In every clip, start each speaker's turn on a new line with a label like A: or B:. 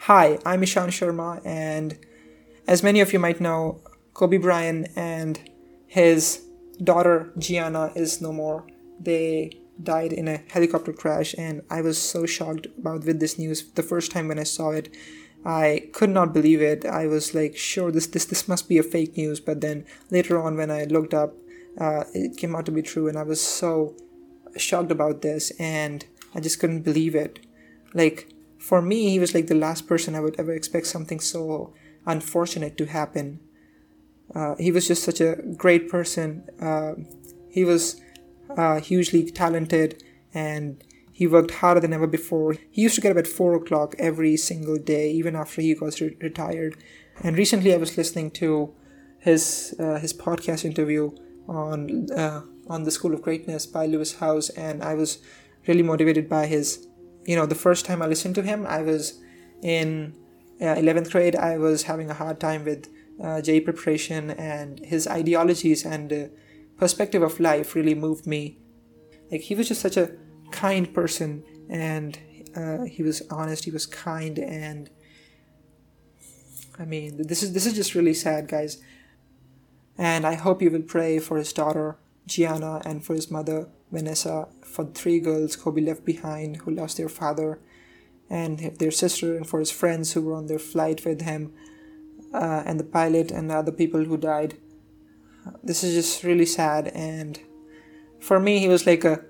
A: Hi, I'm Ishan Sharma, and as many of you might know, Kobe Bryant and his daughter Gianna is no more. They died in a helicopter crash, and I was so shocked about with this news the first time when I saw it. I could not believe it. I was like, sure, this this this must be a fake news. But then later on, when I looked up, uh, it came out to be true, and I was so shocked about this, and I just couldn't believe it. Like for me, he was like the last person I would ever expect something so unfortunate to happen. Uh, he was just such a great person. Uh, he was uh, hugely talented, and he worked harder than ever before. He used to get up at 4 o'clock every single day, even after he got re- retired. And recently I was listening to his, uh, his podcast interview on, uh, on the School of Greatness by Lewis House, and I was really motivated by his. You know, the first time I listened to him, I was in uh, 11th grade, I was having a hard time with uh, JEE preparation, and his ideologies and uh, perspective of life really moved me. Like, he was just such a kind person and uh, he was honest he was kind and i mean this is this is just really sad guys and i hope you will pray for his daughter gianna and for his mother vanessa for the three girls kobe left behind who lost their father and their sister and for his friends who were on their flight with him uh, and the pilot and the other people who died this is just really sad and for me he was like a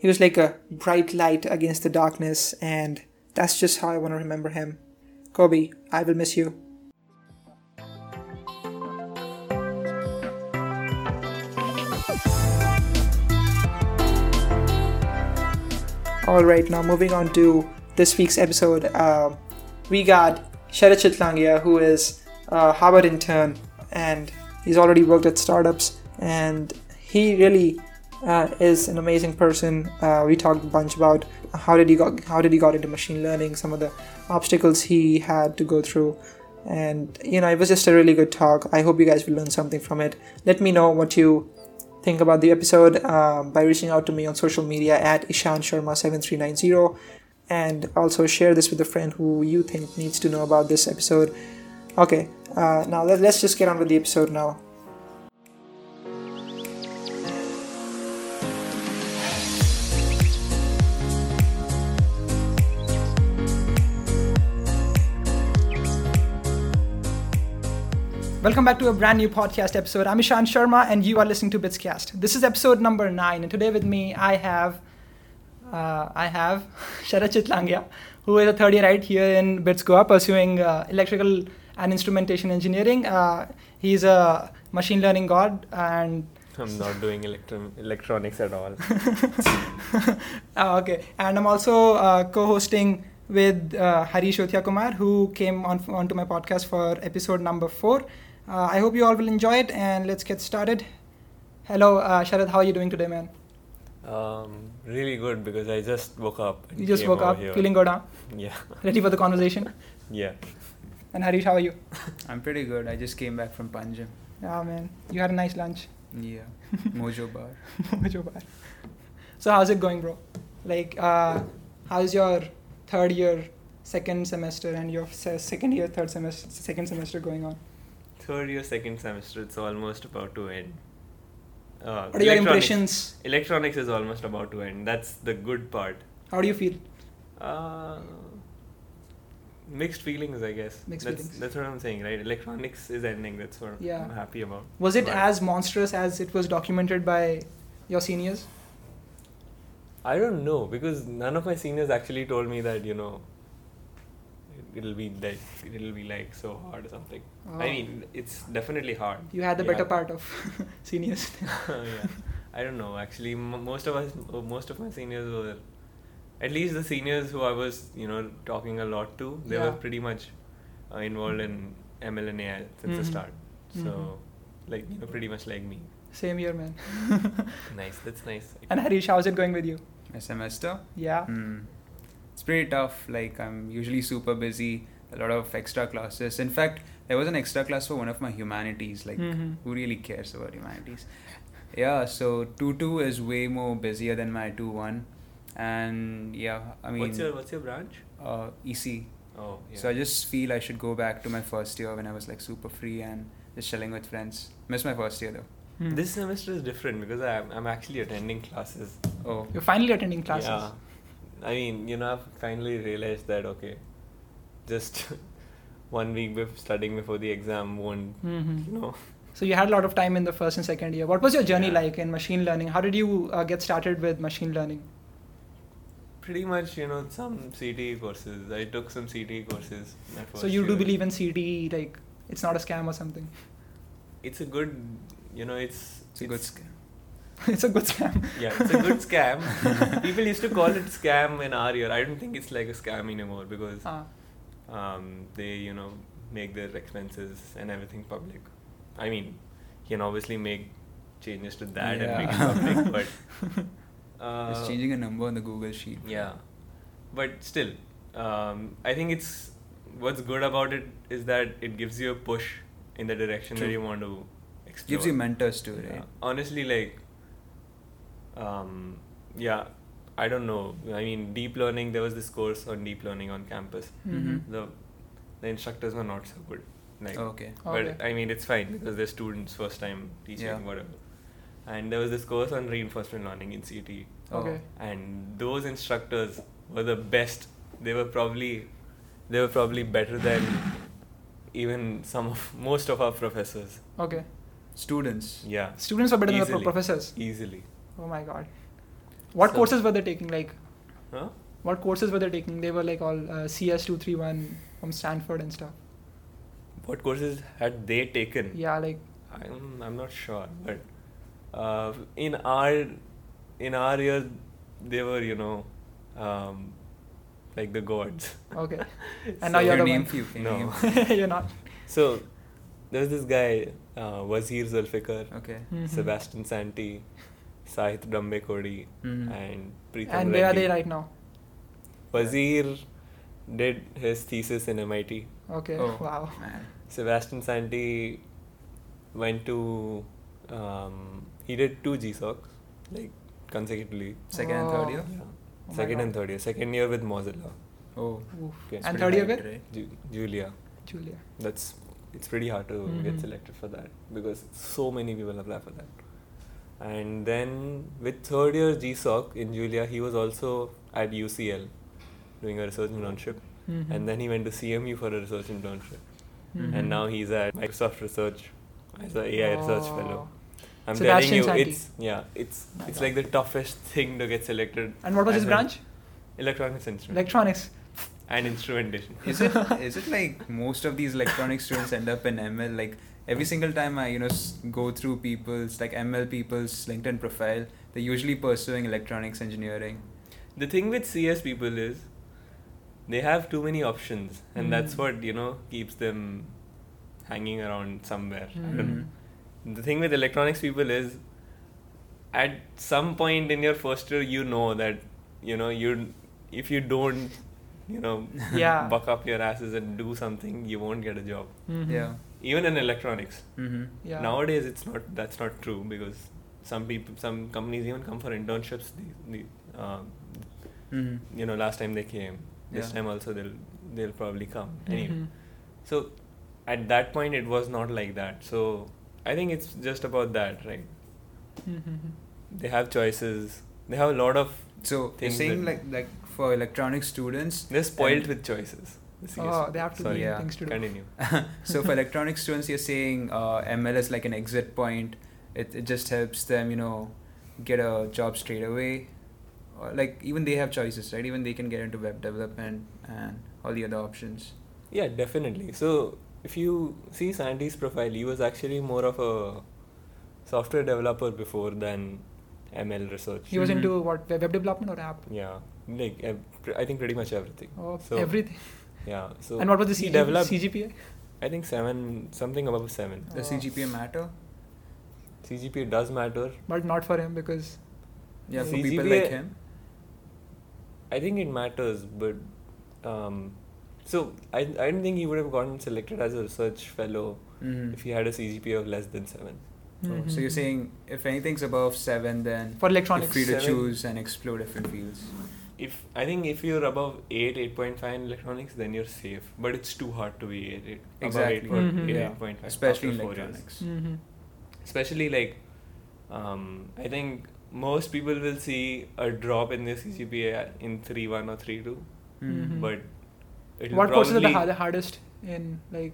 A: he was like a bright light against the darkness, and that's just how I want to remember him. Kobe, I will miss you. Alright, now moving on to this week's episode. Uh, we got Shara Chitlangia, who is a Harvard intern, and he's already worked at startups, and he really uh, is an amazing person. Uh, we talked a bunch about how did he got how did he got into machine learning, some of the obstacles he had to go through, and you know it was just a really good talk. I hope you guys will learn something from it. Let me know what you think about the episode um, by reaching out to me on social media at Ishan Sharma seven three nine zero, and also share this with a friend who you think needs to know about this episode. Okay, uh, now let, let's just get on with the episode now. Welcome back to a brand new podcast episode. I'm Ishan Sharma, and you are listening to Bitscast. This is episode number nine, and today with me I have uh, I have Shara Chitlangia, who is a third year right here in Bits Goa, pursuing uh, electrical and instrumentation engineering. Uh, he's a machine learning god, and
B: I'm not doing electro- electronics at all.
A: uh, okay, and I'm also uh, co-hosting with uh, Harish Othya Kumar, who came on onto my podcast for episode number four. Uh, I hope you all will enjoy it, and let's get started. Hello, uh, Sharad, how are you doing today, man?
B: Um, really good because I just woke up. and
A: You just
B: came
A: woke
B: over
A: up,
B: here.
A: feeling good, huh?
B: Yeah,
A: Ready for the conversation?
B: yeah.
A: And Harish, how are you?
C: I'm pretty good. I just came back from Panjim.
A: Ah, man, you had a nice lunch.
C: Yeah, Mojo Bar.
A: Mojo bar. so how's it going, bro? Like, uh, how's your third year, second semester, and your se- second year, third semester, second semester going on?
B: Third year, second semester. It's almost about to end. Uh,
A: What are your
B: electronics-
A: impressions?
B: Electronics is almost about to end. That's the good part.
A: How do you feel?
B: Uh, mixed feelings, I guess.
A: Mixed
B: that's,
A: feelings.
B: That's what I'm saying, right? Electronics is ending. That's what
A: Yeah.
B: I'm happy about.
A: Was it
B: But-
A: as monstrous as it was documented by your seniors?
B: I don't know because none of my seniors actually told me that you know it- it'll be like it'll be like so hard or something. I
A: Oh.
B: mean, it's definitely hard.
A: You had the
B: Yeah.
A: better part of seniors.
B: yeah, I don't know. Actually, m- most of us, uh, most of my seniors were, at least the seniors who I was, you know, talking a lot to, they were
A: Yeah.
B: pretty much uh, involved in ML and AI since the
A: Mhm.
B: start. So,
A: Mm-hmm.
B: like you know, pretty much like me.
A: Same year, man.
B: Nice. That's nice.
A: and Harish, how's it going with you?
C: My semester.
A: Yeah.
C: Hmm. It's pretty tough. Like I'm usually super busy. A lot of extra classes. In fact, there was an extra class for one of my humanities. Like
A: Mhm.
C: who really cares about humanities? Yeah. So two two is way more busier than my two one, and yeah. I mean,
B: what's your What's your branch?
C: uh, EC.
B: Oh, Oh, yeah.
C: So I just feel I should go back to my first year when I was like super free and just chilling with friends. Miss my first year though.
A: Hmm.
B: This semester is different because I'm, I'm actually attending classes.
C: Oh,
A: You're finally attending classes.
B: Yeah. I mean, you know, I've finally realized that, okay, just one week before studying before the exam won't,
A: Mhm.
B: you know.
A: So you had a lot of time in the first and second year. What was your journey
B: Yeah.
A: like in machine learning? How did you uh, get started with machine learning?
B: Pretty much, you know, some CTE courses. I took some CTE courses. at
A: So
B: first
A: you do
B: year.
A: believe in CD, like it's not a scam or something.
B: It's a good, you know, it's
C: it's a good scam.
A: it's a good scam.
B: Yeah, it's a good scam. People used to call it scam in our year. I don't think it's like a scam anymore because
A: Ah,
B: um, they you know make their expenses and everything public. I mean, you can obviously make changes to that
C: Yeah.
B: and make it public, but uh,
C: Just changing a number on the Google sheet.
B: Yeah, but still, um, I think it's what's good about it is that it gives you a push in the direction that
C: True.
B: you want to explore.
C: Gives you mentors too,
B: Yeah.
C: right?
B: Honestly, like, um, yeah, I don't know. I mean, deep learning. There was this course on deep learning on campus.
A: Mhm.
B: The the instructors were not so good. Like,
A: Oh.
C: Okay.
B: but
A: Okay.
B: I mean, it's fine because they're students, first time teaching,
C: Yeah.
B: whatever. And there was this course on reinforcement learning in CT,
C: Oh.
A: okay.
B: and those instructors were the best. They were probably they were probably better than even some of most of our professors.
A: Okay.
C: Students.
B: Yeah,
A: Students were better than the
B: Easily.
A: pro- professors.
B: easily.
A: Oh my god. What
B: So-
A: courses were they taking? Like,
B: Huh?
A: what courses were they taking? They were like all uh, CS two three one from Stanford and stuff.
B: What courses had they taken?
A: Yeah, like
B: I'm I'm not sure, but uh, in our in our year, they were you know, um, like the gods.
A: okay.
B: So-
A: And now you're
C: Can
A: the
C: you name
A: one.
C: few? Can you
B: No.
C: name-
A: You're not.
B: So there's this guy, uh, Wazir Zulfikar,
C: Okay.
A: Mhm.
B: Mm-hmm. Sebastian Santi, Sahith Dambe Kodi,
C: Mhm.
B: and Preetham
A: And where are they
B: Reddy.
A: right now?
B: Wazir did his thesis in MIT.
A: Okay.
C: Oh,
A: Wow.
C: Man.
B: Sebastian Santi went to um, he did two GSOCs like consecutively.
C: Second and
A: Oh.
C: third year.
B: Yeah.
A: my
B: Second and
A: God.
B: third year. Second year with Mozilla,
C: Oh.
A: Oof.
B: Okay, it's
A: and
C: pretty
A: third year
C: light,
A: with
C: right?
B: Ju- Julia.
A: Julia.
B: That's it's pretty hard to
A: Mhm.
B: get selected for that because so many people apply for that. And then with third year GSOC in Julia, he was also at UCL doing a research internship,
A: Mm-hmm.
B: Mm-hmm. and then he went to CMU for a research internship.
C: Mhm.
B: and now he's at Microsoft Research as an AI research
A: Mm-hmm. Oh.
B: fellow. I'm
A: Sebastian
B: telling
A: Santi.
B: you, it's yeah, it's
A: My
B: it's
A: God.
B: like the toughest thing to get selected.
A: And what was his
B: as an
A: branch?
B: Electronics instrument
A: Electronics.
B: and instrumentation.
C: Is it is it like most of these electronic students end up in ML? Like every single time I you know s- go through people's like ML people's LinkedIn profile, they're usually pursuing electronics engineering.
B: The thing with CS people is they have too many options, and that's
A: Mm.
B: what you know keeps them hanging around somewhere. I don't
A: Mhm.
C: Mhm.
B: know. The thing with electronics people is at some point in your first year, you know that you know you if you don't you know
A: Yeah.
B: buck up your asses and do something, you won't get a job.
A: Mhm.
C: Yeah.
B: Even in electronics,
C: Mm-hmm.
A: Yeah.
B: nowadays it's not that's not true because some people, some companies even come for internships. The, the um,
C: Mm-hmm.
B: you know last time they came, this
C: Yeah.
B: time also they'll they'll probably come
A: Mhm.
B: anyway. So at that point it was not like that. So I think it's just about that, right?
A: Mhm.
B: They have choices. They have a lot of.
C: So you're
B: Things
C: saying
B: that-
C: like like for electronic students,
B: They're spoiled
C: And-
B: with choices. The CS
A: Oh, they have to
B: Sorry,
A: be
C: yeah.
A: things to do.
B: continue.
C: so for electronic students, you're saying uh, ML is like an exit point. It it just helps them you know get a job straight away. Or like even they have choices, right? Even they can get into web development and all the other options.
B: Yeah, definitely. So if you see Sandy's profile, he was actually more of a software developer before than ML research.
A: He was
C: Mhm.
A: into what web web development or app?
B: yeah, like ev- pr- I think pretty much everything.
A: Oh,
B: So-
A: everything.
B: Yeah. So
A: and what was the
B: he
A: CG,
B: developed?
A: CGPA?
B: I think seven, something above seven.
C: Does
A: Oh.
C: CGPA matter?
B: CGPA does matter.
A: But not for him because
C: Yeah, for
B: CGPA
C: people like him.
B: I think it matters, but um, so I I don't think he would have gotten selected as a research fellow
C: Mhm.
B: if he had a CGPA of less than seven.
C: Oh, So
A: Mhm.
C: you're saying if anything's above seven, then
A: for
C: you're
A: electronics.
C: free to
B: Seven.
C: choose and explore different fields.
B: if I think if you're above eight, eight point five in electronics, then you're safe. But it's too hard to be eight, eight
C: Exactly.
B: above 8.5
A: Mhm.
B: eight,
C: Yeah.
B: 8.5
C: especially in
B: after four years.
C: electronics.
A: Mm-hmm.
B: Especially like, um, I think most people will see a drop in their CGPA in three one or three two,
C: Mm-hmm.
A: Mhm.
B: but it'll
A: What courses are the,
B: probably
A: har- the hardest in like?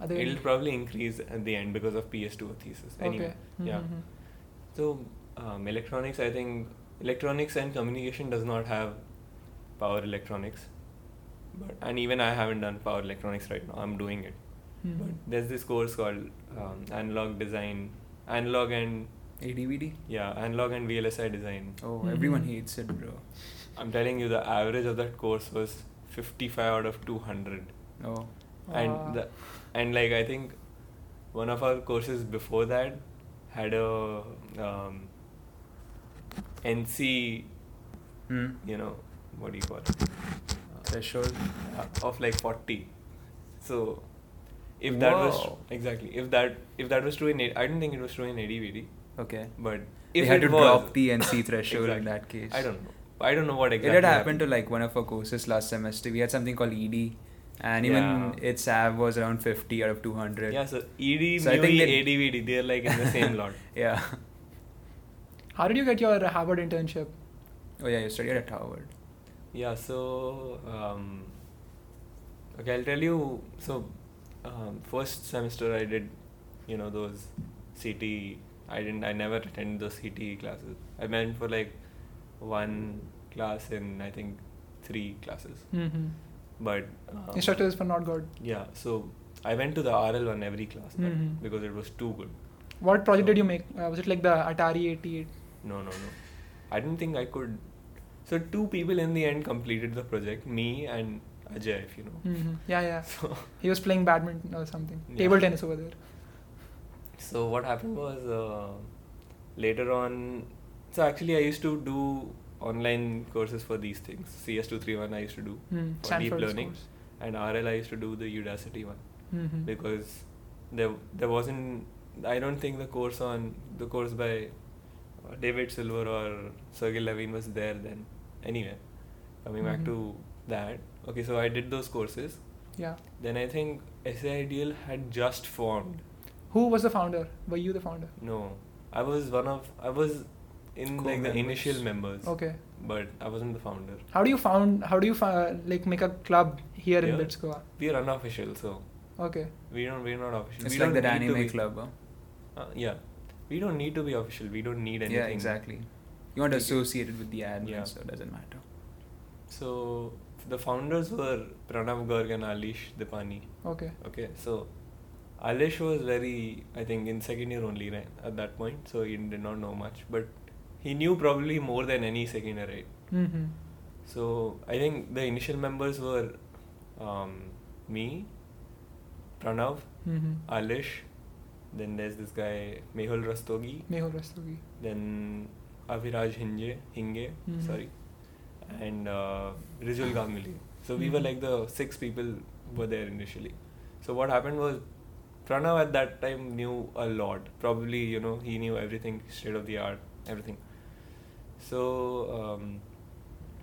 A: Are they
B: it'll probably increase at the end because of PS two or thesis. Anyway,
A: okay?
B: yeah.
A: Mhm.
B: So, um, electronics, I think electronics and communication does not have power electronics. But and even I haven't done power electronics right now. I'm doing it.
A: Mhm.
B: But there's this course called um, analog design, analog and
C: ADVD.
B: yeah, analog and VLSI design.
C: Oh,
A: Mhm.
C: everyone hates it, bro.
B: I'm telling you, the average of that course was 55 out of 200,
C: Oh,
A: Ah.
B: and the, and like I think one of our courses before that had a um, NC
C: hmm.
B: you know what do you call it uh,
C: threshold.
B: uh, of like 40 so if that was
C: Wow.
B: exactly if that if that was true in A- I don't think it was true in ADVD
C: Okay.
B: but
C: They
B: if
C: had
B: it
C: to
B: was,
C: drop the NC threshold in
B: Exactly.
C: that case.
B: I don't know I don't know what exactly
C: it had happened to like one of our courses last semester. We had something called ED, and even
B: Yeah.
C: its AB was around 50 out of 200.
B: yeah so E ED
C: So I
B: MUE,
C: think they-
B: ADVD they're like in the same lot
C: Yeah.
A: How did you get your Harvard internship?
C: Oh yeah, you studied at Howard.
B: yeah so um, okay I'll tell you so um, first semester I did you know those CT I didn't I never attended those CT classes I went for like one class in I think three classes
A: Mm-hmm.
B: but um,
A: Uh, Instructors were not good.
B: yeah so I went to the RL one every class but-
A: Mhm.
B: because it was too good
A: What project
B: So-
A: did you make? Uh, was it like the Atari 88?
B: no no no I didn't think I could so two people in the end completed the project me and Ajay if you know
A: Mm-hmm. Yeah, yeah.
B: so
A: He was playing badminton or something.
B: Yeah.
A: Table tennis over there.
B: So what happened was uh, later on. So actually, I used to do online courses for these things. CS231 I used to do,
A: Mm.
B: For deep learning. and RL I used to do the Udacity one
A: Mm-hmm.
B: because there there wasn't. I don't think the course on the course by uh, David Silver or Sergey Levine was there then. Anyway, coming back
A: Mhm.
B: to that. Okay, so I did those courses.
A: Yeah.
B: Then I think SIDL had just formed.
A: Who was the founder? Were you the founder?
B: No, I was one of I was in like the
C: Co-members.
B: initial members,
A: Okay.
B: but I wasn't the founder.
A: How do you found? How do you fa- like make a club here in
B: Yeah.
A: Bitskoa?
B: We are unofficial, so
A: Okay.
B: we don't we're not official.
C: It's
B: we
C: like
B: don't
C: that
B: need to
C: anime
B: be-
C: club. Huh?
B: Uh, yeah, we don't need to be official. We don't need anything.
C: Yeah, exactly. You want to
B: Take it.
C: associate it with the admin,
B: Yeah.
C: so it doesn't matter.
B: So the founders were Pranav Garg and Alish Dipani.
A: Okay.
B: Okay, so Alish was very, I think, in second year only right, at that point, so he did not know much, but he knew probably more than any second year, right?
A: Mm-hmm.
B: So I think the initial members were um, me, Pranav,
A: Mm-hmm.
B: Alish, then there's this guy Mehul Rastogi,
A: Mehul Rastogi.
B: then Aviraj Hinge, Hinge,
A: Mhm.
B: sorry, and uh, Rijul Ganguly. So we were
A: Mhm.
B: like the six people were there initially. So what happened was Pranav at that time knew a lot. Probably you know he knew everything state of the art, everything. So um,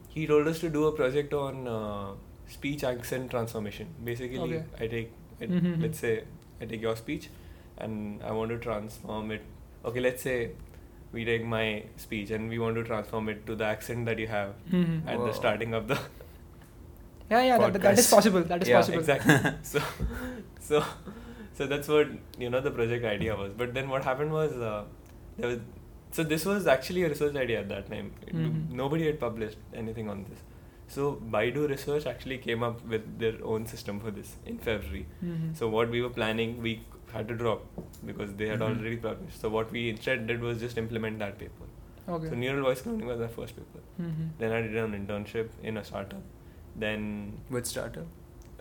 B: he told us to do a project on uh, speech accent transformation. Basically,
A: Okay.
B: I take it,
A: Mhm.
B: let's say I take your speech and I want to transform it. Okay, let's say we take my speech and we want to transform it to the accent that you have
A: Mm-hmm.
B: at
C: Wow.
B: the starting of the
A: Yeah, yeah. That, that is
C: Podcast.
A: possible. That is
B: yeah
A: possible.
B: exactly so so so that's what you know the project idea was but then what happened was uh, there was so this was actually a research idea at that time It-
A: Mhm.
B: nobody had published anything on this so baidu research actually came up with their own system for this in february
A: Mm-hmm.
B: so what we were planning we had to drop because they had
A: Mm-hmm.
C: Mhm.
B: already published so what we instead did was just implement that paper
A: okay.
B: so neural voice cloning was our first paper
A: mm-hmm.
B: then i did an internship in a startup then
C: With startup?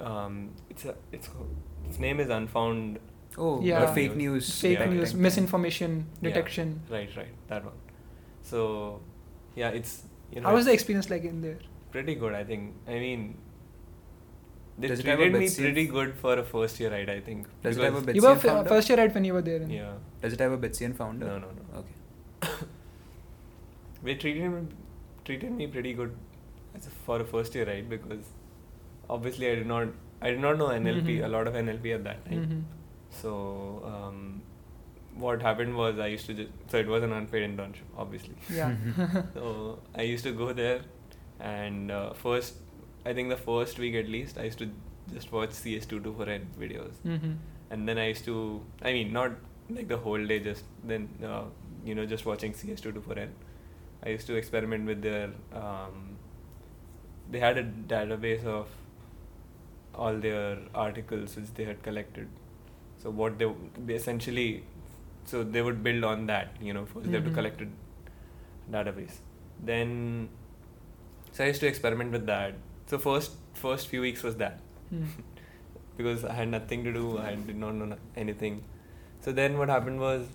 B: um, it's a, it's called, its name is Unfound.
C: Oh,
A: Yeah.
C: or fake news.
A: Fake
B: Yeah.
C: back
A: news,
C: then.
A: misinformation
B: Yeah.
A: detection.
B: Right, right, that one. So, yeah, it's you know.
A: How was the
B: it's
A: experience like in there?
B: Pretty good, I think. I mean, they
C: Does it have a
B: treated me
C: Betsy-
B: pretty good for a first year ride. I think.
C: Does it have a
B: Because-
C: Betsy
A: you were f-
C: founder?
A: first year right when you were there. in-
B: Yeah.
C: Does it have a Betzian founder?
B: No, no, no.
C: Okay.
B: They treated me, treated me pretty good It's for a first year, right? Because obviously I did not I did not know NLP
A: Mhm.
B: a lot of NLP at that time.
A: Mhm.
B: So um, what happened was I used to just so it was an unpaid internship, obviously.
A: Yeah.
B: So I used to go there, and uh, first I think the first week at least I used to just watch CS224 videos,
A: Mhm.
B: and then I used to I mean not like the whole day just then uh, you know just watching CS224. I used to experiment with their um, they had a database of all their articles which they had collected. So what they, they essentially so they would build on that you know 1st they have to
A: Mhm.
B: collect a database. Then so I used to experiment with that. So first first few weeks was that
A: Mm.
B: because I had nothing to do. I did not know no- anything. So then what happened was,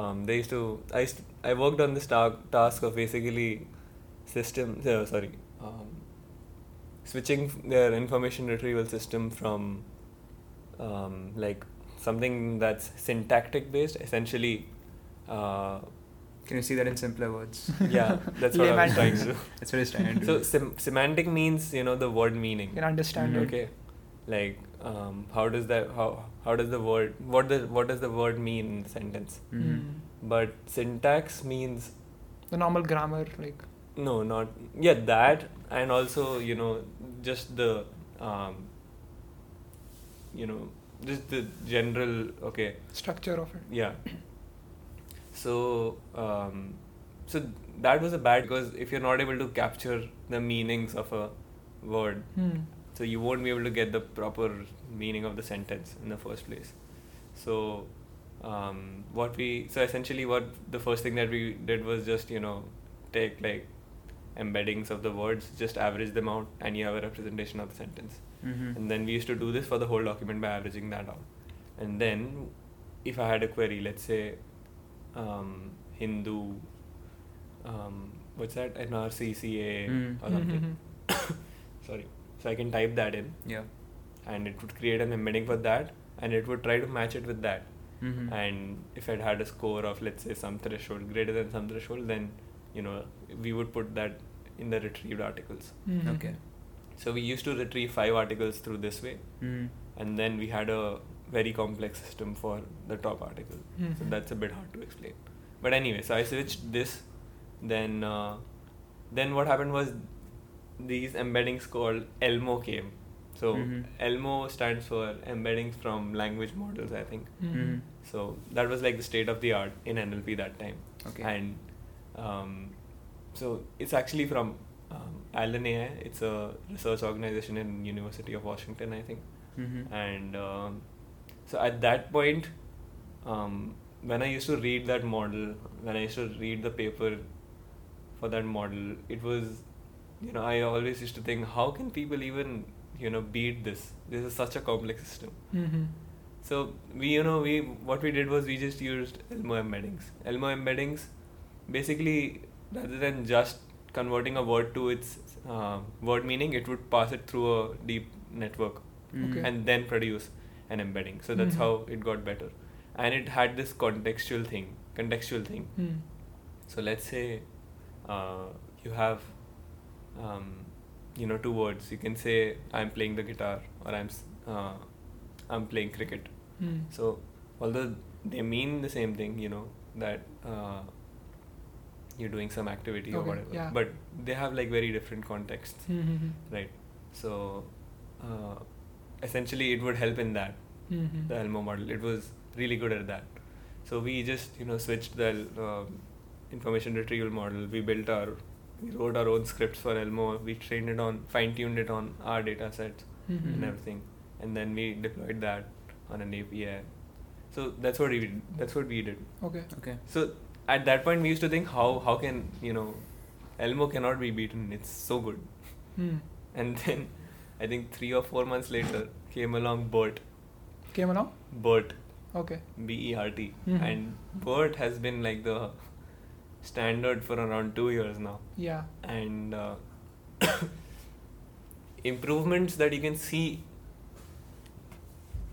B: um, they used to I used I worked on this ta- task of basically system uh, sorry um, switching f- their information retrieval system from um, like something that's syntactic based essentially. Uh,
C: Can you see that in simpler words?
B: yeah, that's what I was
A: Layman.
B: trying to do.
C: That's what he's trying to do.
B: So sem- semantic means you know the word meaning.
A: You can understand
C: Mhm.
A: it.
B: Mm, Okay, like um, how does that how how does the word what does what does the word mean in the sentence?
C: Mhm.
A: Mm.
B: But syntax means
A: The normal grammar, like.
B: no, not yeah that, and also you know just the um, you know just the general okay
A: structure of it.
B: yeah so um so that was a bad because if you're not able to capture the meanings of a word
A: Hmm.
B: so you won't be able to get the proper meaning of the sentence in the first place so um what we so essentially what the first thing that we did was just you know take like embeddings of the words just average them out and you have a representation of the sentence
A: Mm-hmm.
C: Mhm.
B: and then we used to do this for the whole document by averaging that out. And then, if I had a query, let's say um, Hindu, um, what's that? NRCCA
C: Mm.
B: or something.
A: Mhm.
B: Sorry. So I can type that in,
C: Mm-hmm. Yeah.
B: and it would create an embedding for that, and it would try to match it with that.
C: Mhm.
B: And if it had a score of let's say some threshold greater than some threshold, then you know we would put that in the retrieved articles.
A: Mhm.
C: Okay.
B: So we used to retrieve five articles through this way.
C: Mhm.
B: and then we had a very complex system for the top article so
A: Mhm.
B: that's a bit hard to explain but anyway so i switched this then uh, then what happened was these embeddings called elmo came so
C: Mhm.
B: elmo stands for embeddings from language models i think
A: Mhm.
C: Mhm.
B: so that was like the state of the art in nlp that time
C: Okay.
B: and um, so it's actually from um, Allen AI. It's a research organization in University of Washington, I think.
C: Mhm.
B: And um, so at that point, um, when I used to read that model, when I used to read the paper for that model, it was, you know, I always used to think, how can people even, you know, beat this? This is such a complex system.
A: Mhm.
B: So we, you know, we what we did was we just used Elmo embeddings. Elmo embeddings, basically, rather than just converting a word to its uh, word meaning, it would pass it through a deep network
C: Mhm.
A: Okay.
B: and then produce an embedding. So that's
A: Mhm.
B: how it got better, and it had this contextual thing, contextual thing.
A: Hmm.
B: So let's say uh, you have, um, you know, two words. You can say I'm playing the guitar or I'm s- uh, I'm playing cricket.
A: Hmm.
B: So, although they mean the same thing, you know, that uh, you're doing some activity or
A: Okay,
B: whatever,
A: yeah.
B: but they have like very different contexts,
A: Mhm.
B: right? So, uh, essentially, it would help in that
A: Mhm.
B: the Elmo model. It was really good at that. So we just you know switched the um, information retrieval model. We built our, we wrote our own scripts for Elmo. We trained it on, fine tuned it on our data sets
A: Mhm.
B: and everything, and then we deployed that on an API. So that's what we that's what we did.
A: Okay.
C: Okay.
B: So at that point we used to think how how can you know, Elmo cannot be beaten. It's so good.
A: Hmm.
B: And then I think three or four months later came along Bert,
A: Came along.
B: Bert,
A: Okay.
B: B E R T,
A: Mhm.
B: and Bert has been like the standard for around two years now.
A: Yeah.
B: and uh, improvements that you can see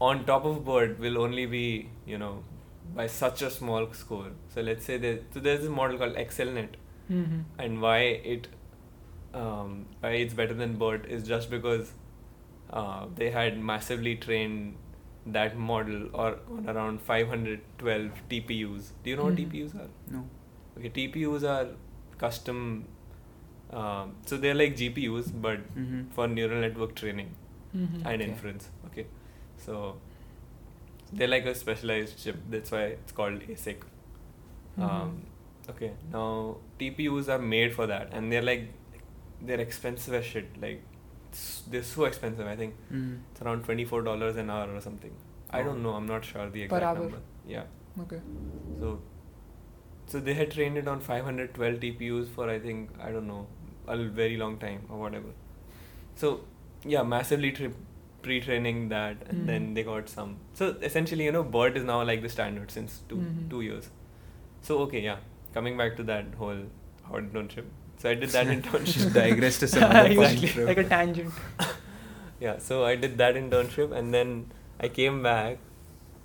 B: on top of bird will only be you know by such a small score so let's say that so there's this model called excelnet
A: Mm-hmm.
B: and why it um, why it's better than BERT is just because uh, they had massively trained that model or on around 512 TPUs. Do you know
A: Mhm.
B: what TPUs are?
C: No.
B: Okay, TPUs are custom. Um, so they're like GPUs, but
C: Mhm.
B: for neural network training
A: Mm-hmm.
B: and
C: Okay.
B: inference. Okay, so they're like a specialized chip. That's why it's called ASIC.
A: Mm-hmm.
B: Um, okay, now TPUs are made for that, and they're like they're expensive as shit. Like it's, they're so expensive. I think
C: Mhm.
B: it's around twenty four dollars an hour or something. I don't know. I'm not sure the
A: Per
B: exact
A: hour.
B: number. Yeah.
A: Okay.
B: So, so they had trained it on 512 TPUs for I think I don't know a l- very long time or whatever. So, yeah, massively tri- pre-training that, and
A: Mhm.
B: then they got some. So essentially, you know, BERT is now like the standard since 2
A: Mhm.
B: two years. So okay, yeah, coming back to that whole internship. So I did that internship.
C: Digress to some
B: Yeah,
C: other point,
B: exactly.
C: bro.
A: Like a tangent.
B: Yeah, so I did that internship and then I came back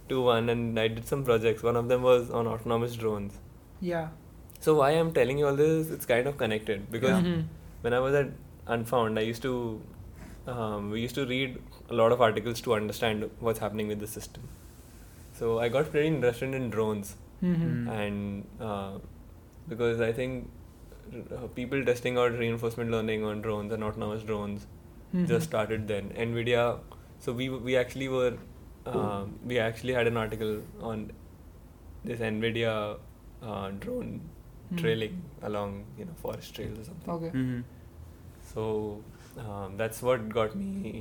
B: to one and I did some projects. One of them was on autonomous drones.
A: Yeah.
B: So why I'm telling you all this, it's kind of connected because
A: Mhm.
B: when I was at Unfound, I used to um, we used to read a lot of articles to understand what's happening with the system. So I got pretty interested in drones, Mm-hmm.
A: Mhm.
C: Mm.
B: and uh, because I think uh, people testing out reinforcement learning on drones and autonomous drones
A: Mhm.
B: just started then. Nvidia, so we we actually were um, we actually had an article on this Nvidia uh, drone
A: Mhm.
B: trailing along you know forest trails or something.
A: Okay.
C: Mhm.
B: So um, that's what got me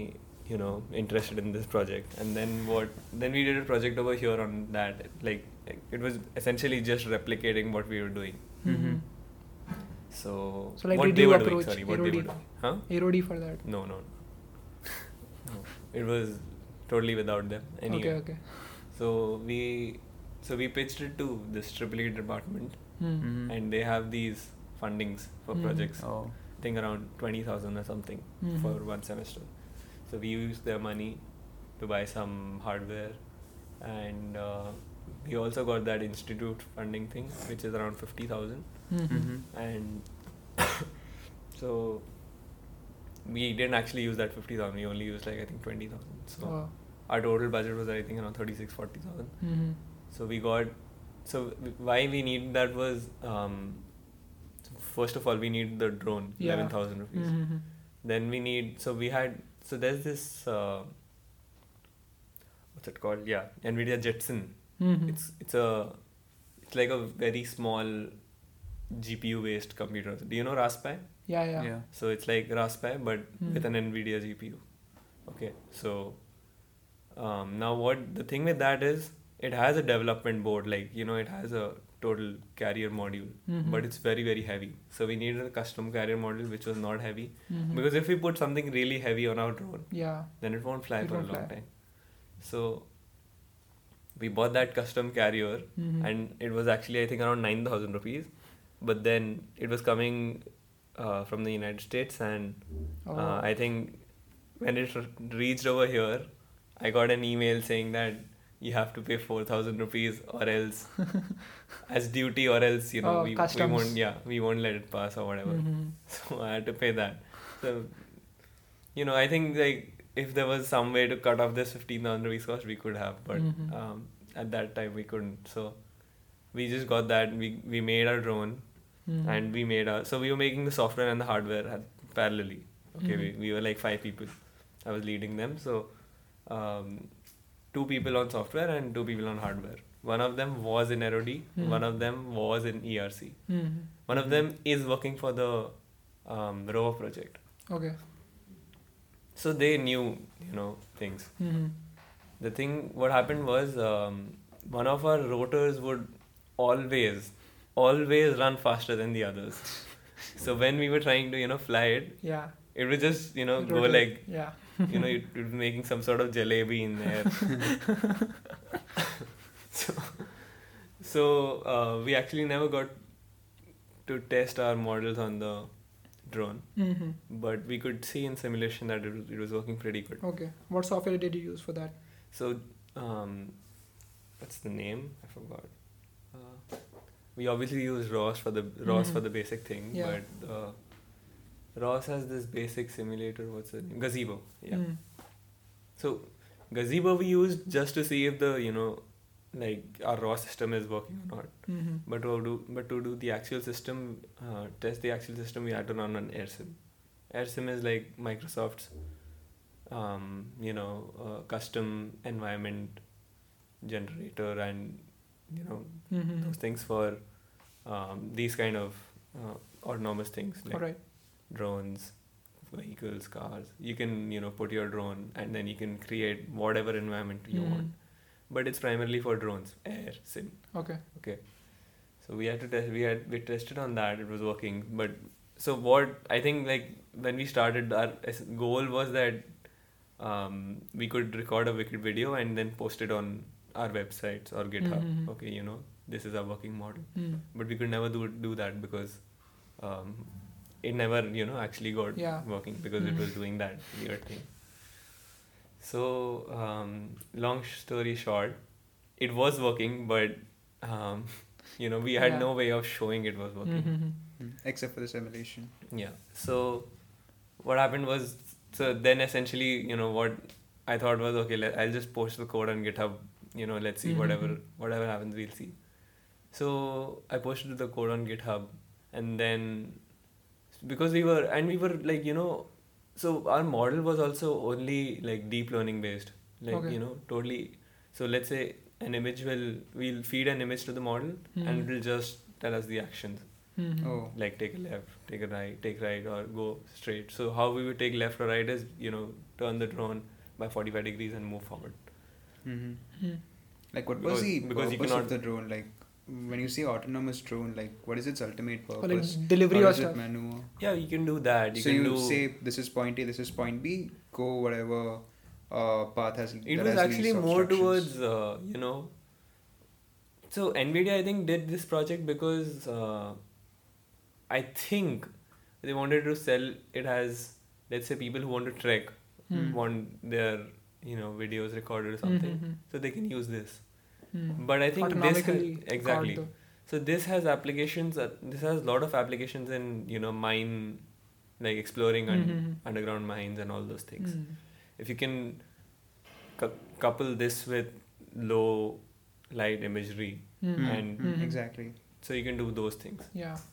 B: you know interested in this project. And then what then we did a project over here on that like it was essentially just replicating what we were doing.
A: Mhm.
B: So,
A: So, like,
B: what
A: did
B: they
A: you
B: were
A: approach
B: doing, sorry, what they were
A: Erodi?
B: doing. Huh?
A: Erodi for that.
B: No, no. no. It was totally without them. Anyway.
A: Okay. Okay.
B: So we so we pitched it to this triple E department
A: Mm.
C: Mhm.
B: and they have these fundings for
A: Mhm.
B: projects.
C: Oh.
B: I think around twenty thousand or something
A: Mhm.
B: for one semester. So we used their money to buy some hardware and uh, we also got that institute funding thing which is around fifty thousand
A: Mhm.
B: Mm-hmm.
C: Mhm.
B: and so we didn't actually use that 50,000 we only used like I think 20,000 so
A: Wow.
B: our total budget was I think around 36 40,000
A: Mhm.
B: so we got so w- why we need that was um first of all we need the drone
A: Yeah.
B: 11,000 rupees
A: Mhm.
B: then we need so we had so there's this uh, what's it called yeah Nvidia Jetson
A: Mhm.
B: it's it's a it's like a very small GPU based computer do you know Raspberry
A: Yeah. Yeah.
C: Yeah.
B: so it's like Raspberry, but with
A: Mhm.
B: an NVIDIA GPU. Okay, so um, now what the thing with that is, it has a development board, like you know, it has a total carrier module,
A: Mhm.
B: but it's very very heavy. So we needed a custom carrier module which was not heavy,
A: Mhm.
B: because if we put something really heavy on our drone,
A: Yeah.
B: then it won't fly
A: It
B: for
A: won't
B: a long
A: fly.
B: time. So we bought that custom carrier,
A: Mhm.
B: and it was actually I think around nine thousand rupees, but then it was coming uh, from the United States, and
A: Oh.
B: uh, I think when it re- reached over here, I got an email saying that you have to pay four thousand rupees or else as duty or else you know
A: Oh,
B: we, we
A: customs.
B: won't yeah we won't let it pass or whatever.
A: Mhm.
B: So I had to pay that. So you know I think like if there was some way to cut off this fifteen thousand rupees cost, we could have, but
A: Mhm.
B: um, at that time we couldn't. So we just got that. We we made our drone
A: Mhm.
B: and we made our so we were making the software and the hardware at- parallelly okay
A: Mhm.
B: we, we were like five people i was leading them so um, two people on software and two people on hardware one of them was in rod
A: Mhm.
B: one of them was in erc
A: Mhm.
B: one of them is working for the um, rover project
A: Okay.
B: so they knew you know things
A: Mhm.
B: the thing what happened was um, one of our rotors would always always run faster than the others so when we were trying to you know fly it
A: Yeah.
B: it would just you know go
A: Rotate.
B: like
A: Yeah.
B: you know it, it was making some sort of jalebi in there so so uh, we actually never got to test our models on the drone
A: Mm-hmm.
B: but we could see in simulation that it was, it was working pretty good
A: Okay. What software did you use for that?
B: So, um, what's the name? I forgot. Uh, we obviously use ROS for the ROS for
A: Mhm.
B: the basic thing,
A: Yeah.
B: but uh, Ross has this basic simulator. What's the name? Gazebo. Yeah.
A: Hmm.
B: So gazebo we used just to see if the you know like our raw system is working or not.
A: Mhm.
B: But to do but to do the actual system uh, test the actual system we had to run on AirSim. AirSim is like Microsoft's um, you know uh, custom environment generator and you know
A: Mhm.
B: those things for um, these kind of uh, autonomous things like
A: All right.
B: drones vehicles cars you can you know put your drone and then you can create whatever environment you
A: Mhm.
B: want but it's primarily for drones air sim
A: Mm-hmm. Okay.
B: so we had to test we had we tested on that it was working but so what i think like when we started our es- goal was that um, we could record a wicked video and then post it on our websites or github
A: Mhm.
B: okay you know this is our working model
A: Mm.
B: but we could never do do that because um, it never you know actually got
A: Yeah.
B: working because it
A: Mhm.
B: was doing that weird thing so um, long story short it was working but um, you know we had
A: Yeah.
B: no way of showing it was working
A: Mhm.
C: Mm-hmm. Except for the simulation.
B: yeah. So what happened was so then essentially you know what I thought was okay. Let, I'll just post the code on GitHub. You know, let's see whatever
A: Mhm.
B: whatever happens, we'll see. So I posted the code on GitHub, and then because we were and we were like you know, so our model was also only like deep learning based. Like
A: Okay.
B: you know, totally. So let's say an image will we'll feed an image to the model,
A: Mhm.
B: and it'll just tell us the actions
A: Mhm.
C: Oh.
B: like take a left, take a right, take right, or go straight. So how we would take left or right is you know turn the drone by forty five degrees and move forward.
C: hmm
A: Mm.
C: Like, what
B: Because-
C: was the
B: because you
C: purpose
B: cannot-
C: of the drone? Like, when you say autonomous drone, like, what is its ultimate
A: Or
C: purpose?
A: like delivery or
C: Or is it
A: stuff.
C: manual?
B: Yeah, you can do that. You
C: so
B: can
C: you
B: do.
C: say this is point A, this is point B. Go whatever uh, path has.
B: it
C: that
B: was
C: has
B: actually
C: least
B: more
C: obstructions.
B: towards uh, you know. So Nvidia, I think, did this project because uh, I think they wanted to sell it as let's say people who want to trek
C: Hmm.
A: Mm.
B: want their you know videos recorded or something,
A: Mhm.
B: so they can use this.
A: Mm.
B: But I think this
A: Autonomically caught
B: exactly.
A: though.
B: So this has applications. Uh, this has a lot of applications in you know mine, like exploring un-
A: Mhm.
B: underground mines and all those things.
A: Mm.
B: If you can cou- couple this with low light imagery,
A: Mm.
C: Mm,
B: and-
C: mm,
A: Mhm.
C: exactly.
B: so you can do those things.
A: Yeah.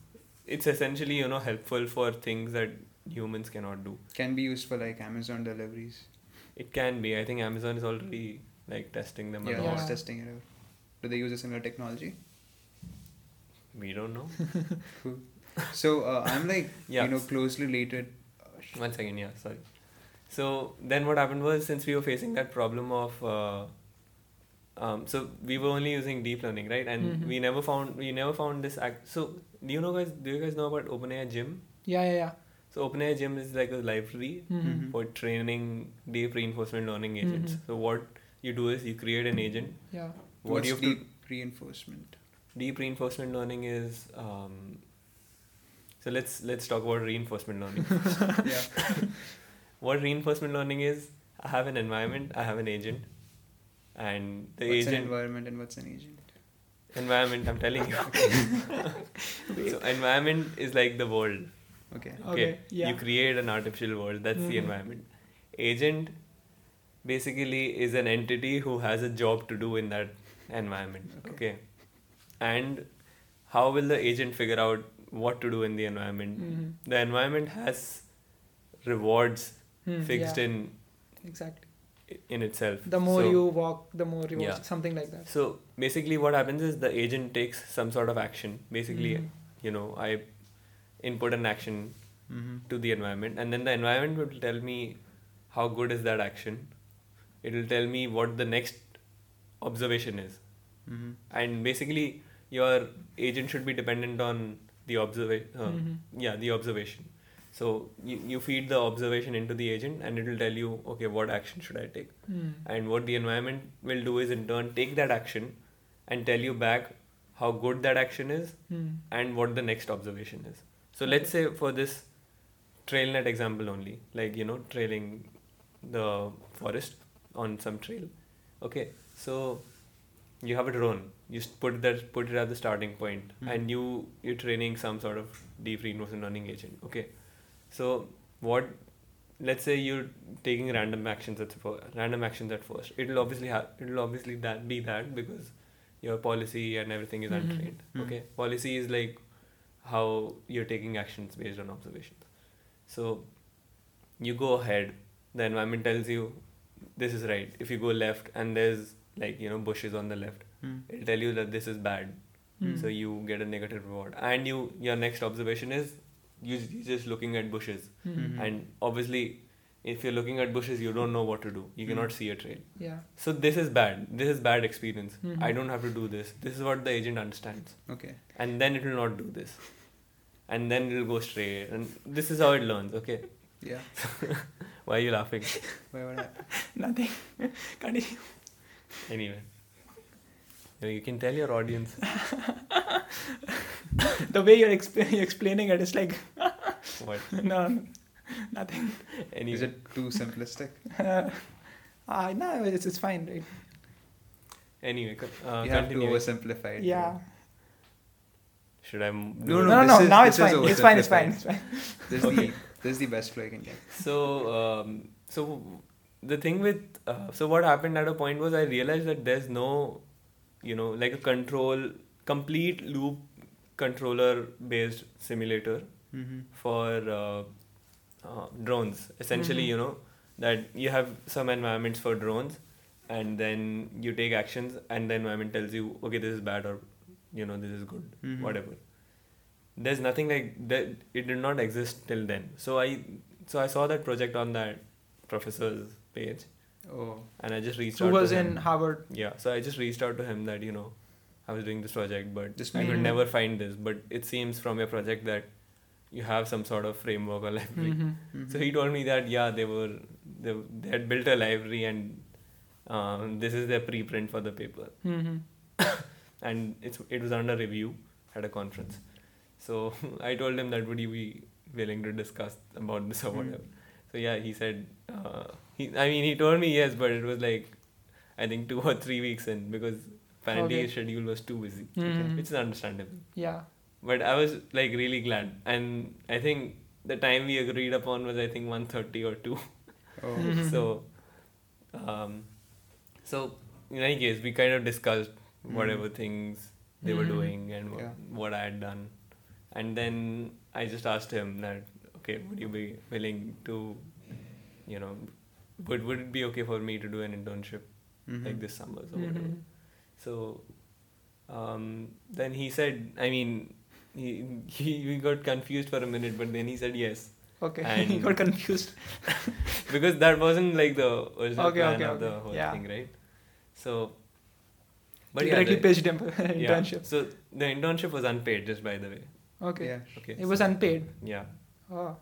B: It's essentially you know helpful for things that humans cannot do.
C: Can be used for like Amazon deliveries.
B: It can be. I think Amazon is already like testing them. a
C: Yeah,
B: lot.
C: it's
A: Yeah.
C: testing it out. Do they use a similar technology?
B: We don't know.
C: Cool. So uh, I'm like
B: Yeah.
C: you know closely related.
B: One second, yeah, sorry. So then what happened was since we were facing that problem of uh, um, so we were only using deep learning, right? And
A: Mhm.
B: we never found we never found this act. So do you know guys? Do you guys know about OpenAI Gym?
A: Yeah, yeah, yeah.
B: So OpenAI Gym is like a library
A: Mhm.
B: for training deep reinforcement learning agents.
A: Mhm.
B: So what you do is you create an agent.
A: Yeah.
B: What
C: What's
B: you have
C: deep reinforcement?
B: to deep reinforcement learning is. Um, so let's let's talk about reinforcement learning.
C: yeah.
B: what reinforcement learning is i have an environment i have an agent and the
C: what's an
B: agent
C: environment and what's an agent?
B: environment i'm telling you so environment is like the world
C: Okay.
B: okay,
A: Okay, yeah.
B: you create an artificial world that's the
A: Mhm.
B: environment agent basically is an entity who has a job to do in that environment okay, and how will the agent figure out what to do in the environment
A: Mhm.
B: the environment has rewards
A: Mm,
B: fixed
A: yeah.
B: in
A: Exactly.
B: in itself.
A: The more
B: so,
A: you walk, the more you
B: Yeah.
A: something like that.
B: So basically, what happens is the agent takes some sort of action. Basically,
A: Mhm.
B: you know, I input an action
C: Mm-hmm.
B: to the environment, and then the environment will tell me how good is that action. It will tell me what the next observation is,
C: Mm-hmm.
B: and basically, your agent should be dependent on the observation. Uh,
A: Mhm.
B: Yeah, the observation. So you, you feed the observation into the agent, and it will tell you, okay, what action should I take?
A: Mm.
B: And what the environment will do is in turn take that action and tell you back how good that action is
A: Mm.
B: and what the next observation is. So let's say for this trailnet example only, like you know, trailing the forest on some trail. Okay, so you have a drone. You s- put that put it at the starting point,
C: Mhm.
B: and you you're training some sort of deep reinforcement learning agent. Okay, So what? Let's say you're taking random actions at fir- random actions at first. It'll obviously have it'll obviously that be that because your policy and everything is
A: Mhm.
B: untrained.
C: Mm.
B: Okay, policy is like how you're taking actions based on observations. So you go ahead. The environment tells you this is right. If you go left and there's like you know bushes on the left,
C: Hmm.
B: it'll tell you that this is bad
A: Mm-hmm. Hmm.
B: so you get a negative reward and you your next observation is you, you're just looking at bushes
A: Mm-hmm.
C: Mhm.
B: and obviously if you're looking at bushes you don't know what to do you cannot
C: Mm.
B: see a trail
A: yeah.
B: so this is bad this is bad experience
A: Mhm.
B: i don't have to do this this is what the agent understands
C: Mm-hmm. Okay.
B: and then it will not do this and then it'll go straight and this is how it learns okay
C: Yeah.
B: why are you laughing
C: Why would I?
A: Nothing. Continue.
B: anyway you, know, you can tell your audience
A: The way you're, exp- you're explaining it is like
B: what
A: no, nothing.
B: anyway
C: Is it too simplistic?
A: Uh, I no, it's it's fine. It-
B: anyway co- uh,
C: you have to
B: continuing.
C: oversimplify it.
A: yeah.
B: should i m-
C: No,
B: do
A: No, no,
B: it?
C: this
A: no.
C: is-
A: now
C: this
A: it's
C: is
A: fine. It's fine. It's fine.
C: oversimplified.
A: It's fine.
C: This is the this is the best flow I can get.
B: so um, so the thing with uh, so what happened at a point was i realized that there's no you know like a control complete loop controller based simulator
C: Mm-hmm.
B: for uh, uh, drones essentially
A: Mhm.
B: you know that you have some environments for drones and then you take actions and the environment tells you okay this is bad or you know this is good
C: Mhm.
A: Mm-hmm.
B: whatever there's nothing like that it did not exist till then so i so i saw that project on that professor's page
C: Oh.
B: and i just reached
A: Who
B: out
A: was
B: to him.
A: in Harvard?
B: yeah so i just reached out to him that you know i was doing this project but
C: Just
B: i
C: make
B: could
A: it-
B: never find this but it seems from your project that you have some sort of framework or library
A: Mm-hmm.
C: Mm-hmm.
B: so he told me that yeah they were they, they had built a library and um, this is their preprint for the paper
A: Mm-hmm.
B: and it's it was under review at a conference so i told him that would you be willing to discuss about this or
C: Mm.
B: whatever so yeah he said uh, he i mean he told me yes but it was like i think two or three weeks in because apparently
A: Okay.
B: his schedule was too busy
A: Mhm.
B: which is understandable
A: Yeah.
B: but i was like really glad and i think the time we agreed upon was i think 1.30 or 2
C: Oh.
A: Mhm.
B: so um, so in any case we kind of discussed whatever things they were
A: Mhm.
B: doing and what,
C: Yeah.
B: what i had done and then i just asked him that okay would you be willing to you know would, would it be okay for me to do an internship
A: Mm-hmm.
C: Mhm.
B: like this summer so whatever
A: Mhm.
B: so um, then he said i mean he, he we got confused for a minute but then he said yes
A: Okay. he
B: And-
A: got confused.
B: because that wasn't like the original
A: Okay,
B: plan
A: okay,
B: of the
A: okay.
B: whole
A: Yeah.
B: thing, right? So,
A: But you directly
B: the-
A: pitched him
B: yeah.
A: internships.
B: So the internship was unpaid, just by the way.
A: Okay.
C: Yeah.
B: Okay.
A: It was unpaid.
B: yeah.
A: Oh.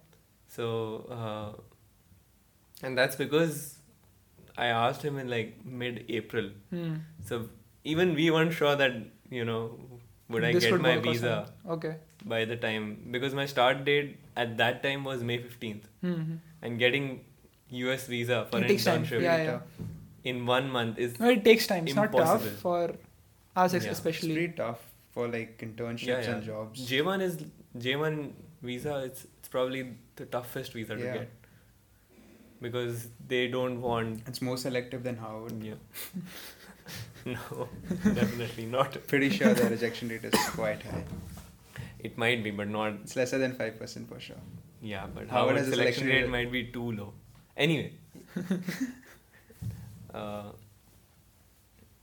B: So, uh, and that's because I asked him in like mid-April.
A: Hmm.
B: So even we weren't sure that you know would I
A: This
B: get
A: would
B: my
A: work or
B: visa
A: something. Okay.
B: by the time because my start date at that time was May fifteenth,
A: Mm-hmm.
B: and getting U.S. visa
A: It
B: for an
A: takes time.
B: internship
A: Yeah, yeah.
B: in one month is
A: No, it takes time. It's not tough
B: Impossible.
A: for us, ex-
B: Yeah.
C: It's pretty
A: especially.
C: tough for like internships
B: Yeah, yeah.
C: and jobs.
B: J one is J one visa. It's it's probably the toughest visa
C: Yeah.
B: to get because they don't want.
C: it's more selective than Howard.
B: Yeah. no, definitely not.
C: Pretty sure the rejection rate is quite high.
B: It might be, but not.
C: It's lesser than five percent for sure.
B: Yeah, but
C: Howard
B: Howard
C: has a
B: selection
C: selection
B: rate
C: rate.
B: might be too low. Anyway. uh,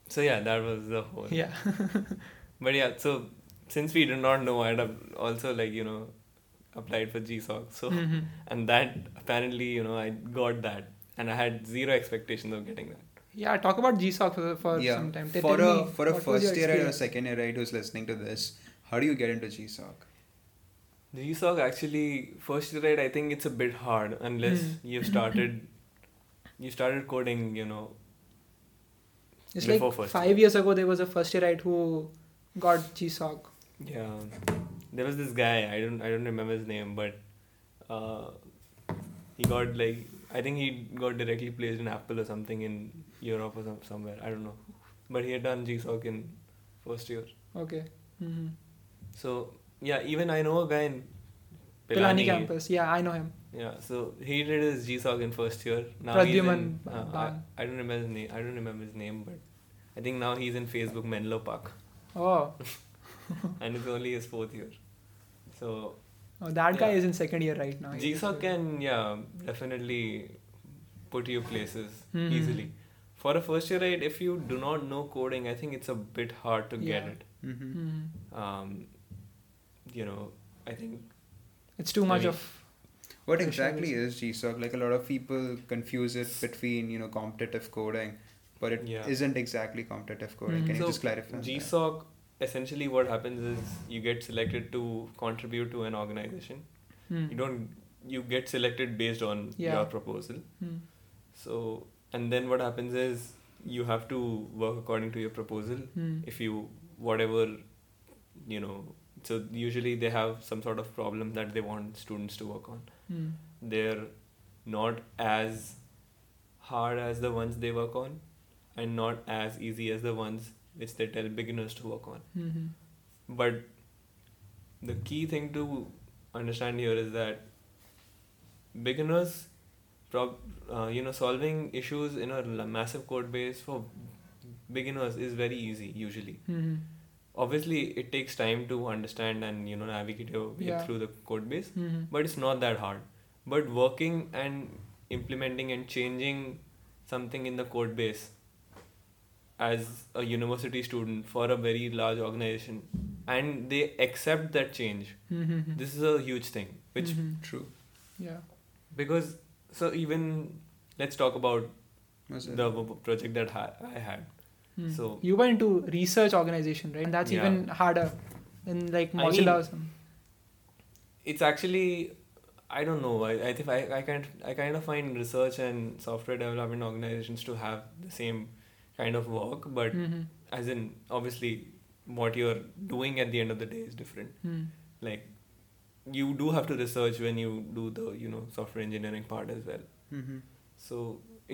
B: so yeah, that was the whole.
A: Yeah.
B: But yeah, so since we did not know, I'd have also like you know applied for GSOC. So.
A: Mhm.
B: and that apparently you know i got that and i had zero expectations of getting that
A: Yeah, talk about GSOC for, for
C: yeah.
A: some time. Tell
C: for
A: me
C: a for a
A: what was your
C: first year or a
A: experience?
C: second year right who's listening to this, how do you get into GSOC?
B: the USOC actually first year right i think it's a bit hard unless
A: Hmm.
B: you started you started coding you know
A: It's
B: before
A: like
B: first
A: five years ago, there was a first yearite who got GSOC.
B: yeah there was this guy i don't i don't remember his name but uh, he got like i think he got directly placed in apple or something in europe or some, somewhere i don't know but he had done gsoc in first year
A: Okay. Mm-hmm.
B: so yeah even i know a guy in
A: Pilani
B: Pilani
A: campus. Yeah, I know him.
B: Yeah, so he did his GSOC in first year. Now
A: Pradyuman
B: he's in, uh, I,
A: Ban.
B: I don't remember his name. I don't remember his name, but I think now he's in Facebook Menlo Park,
A: Oh,
B: and it's only his fourth year. So
A: oh that guy
B: Yeah.
A: is in second year right now.
B: GSOC can yeah definitely put you places
A: Mhm.
B: easily. For a first year, right? If you do not know coding, I think it's a bit hard to get
A: Yeah.
B: it.
C: Mm-hmm.
A: Mhm.
B: Um, you know, I think
A: It's too
B: I
A: much
B: mean-
A: of.
C: What
A: Sure,
C: exactly is GSOC? Like a lot of people confuse it between you know competitive coding, but it
B: Yeah.
C: not exactly competitive coding.
A: Mhm.
C: Can you
B: So,
C: just clarify? that?
B: GSOC essentially what happens is you get selected to contribute to an organization.
A: Hmm.
B: You don't you get selected based on
A: Yeah.
B: your proposal.
A: Hmm.
B: So and then what happens is you have to work according to your proposal.
A: Hmm.
B: If you whatever you know so usually they have some sort of problem that they want students to work on.
A: Hmm.
B: They're not as hard as the ones they work on and not as easy as the ones which they tell beginners to work on.
A: Hmm.
B: But the key thing to understand here is that beginners, prob- uh, you know, solving issues in a l- massive code base for beginners is very easy usually.
A: Hmm.
B: Obviously, it takes time to understand and you know navigate your way
A: Yeah.
B: through the code base,
A: Hmm.
B: but it's not that hard. But working and implementing and changing something in the code base as a university student for a very large organization and they accept that change
A: Hmm.
B: this is a huge thing which
A: Mhm.
C: True.
A: yeah.
B: because so even let's talk about
C: Was it?
B: the w- project that ha- i had
A: Hmm.
B: So-
A: you went to research organization, right? And that's
B: Yeah.
A: even harder than like
B: I mean-
A: Mozilla or something.
B: it's actually i don't know i i think I, I can't i kind of find research and software development organizations to have the same kind of work but
A: Mhm.
B: as in obviously what you're doing at the end of the day is different
A: Hmm.
B: like you do have to research when you do the you know software engineering part as well
C: Mm-hmm.
B: so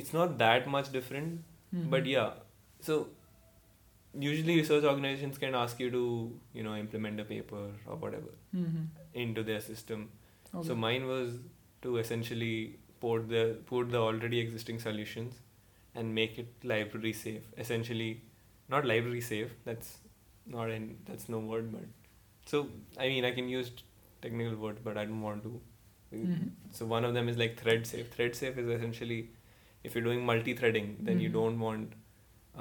B: it's not that much different
A: Mhm.
B: but yeah so usually research organizations can ask you to you know implement a paper or whatever
A: Mhm.
B: into their system
A: Okay.
B: so mine was to essentially port the port the already existing solutions and make it library safe essentially not library safe that's not an that's no word but so i mean i can use t- technical words but i don't want to
A: Mhm.
B: so one of them is like thread safe thread safe is essentially if you're doing multi-threading then you
A: Mhm.
B: don't want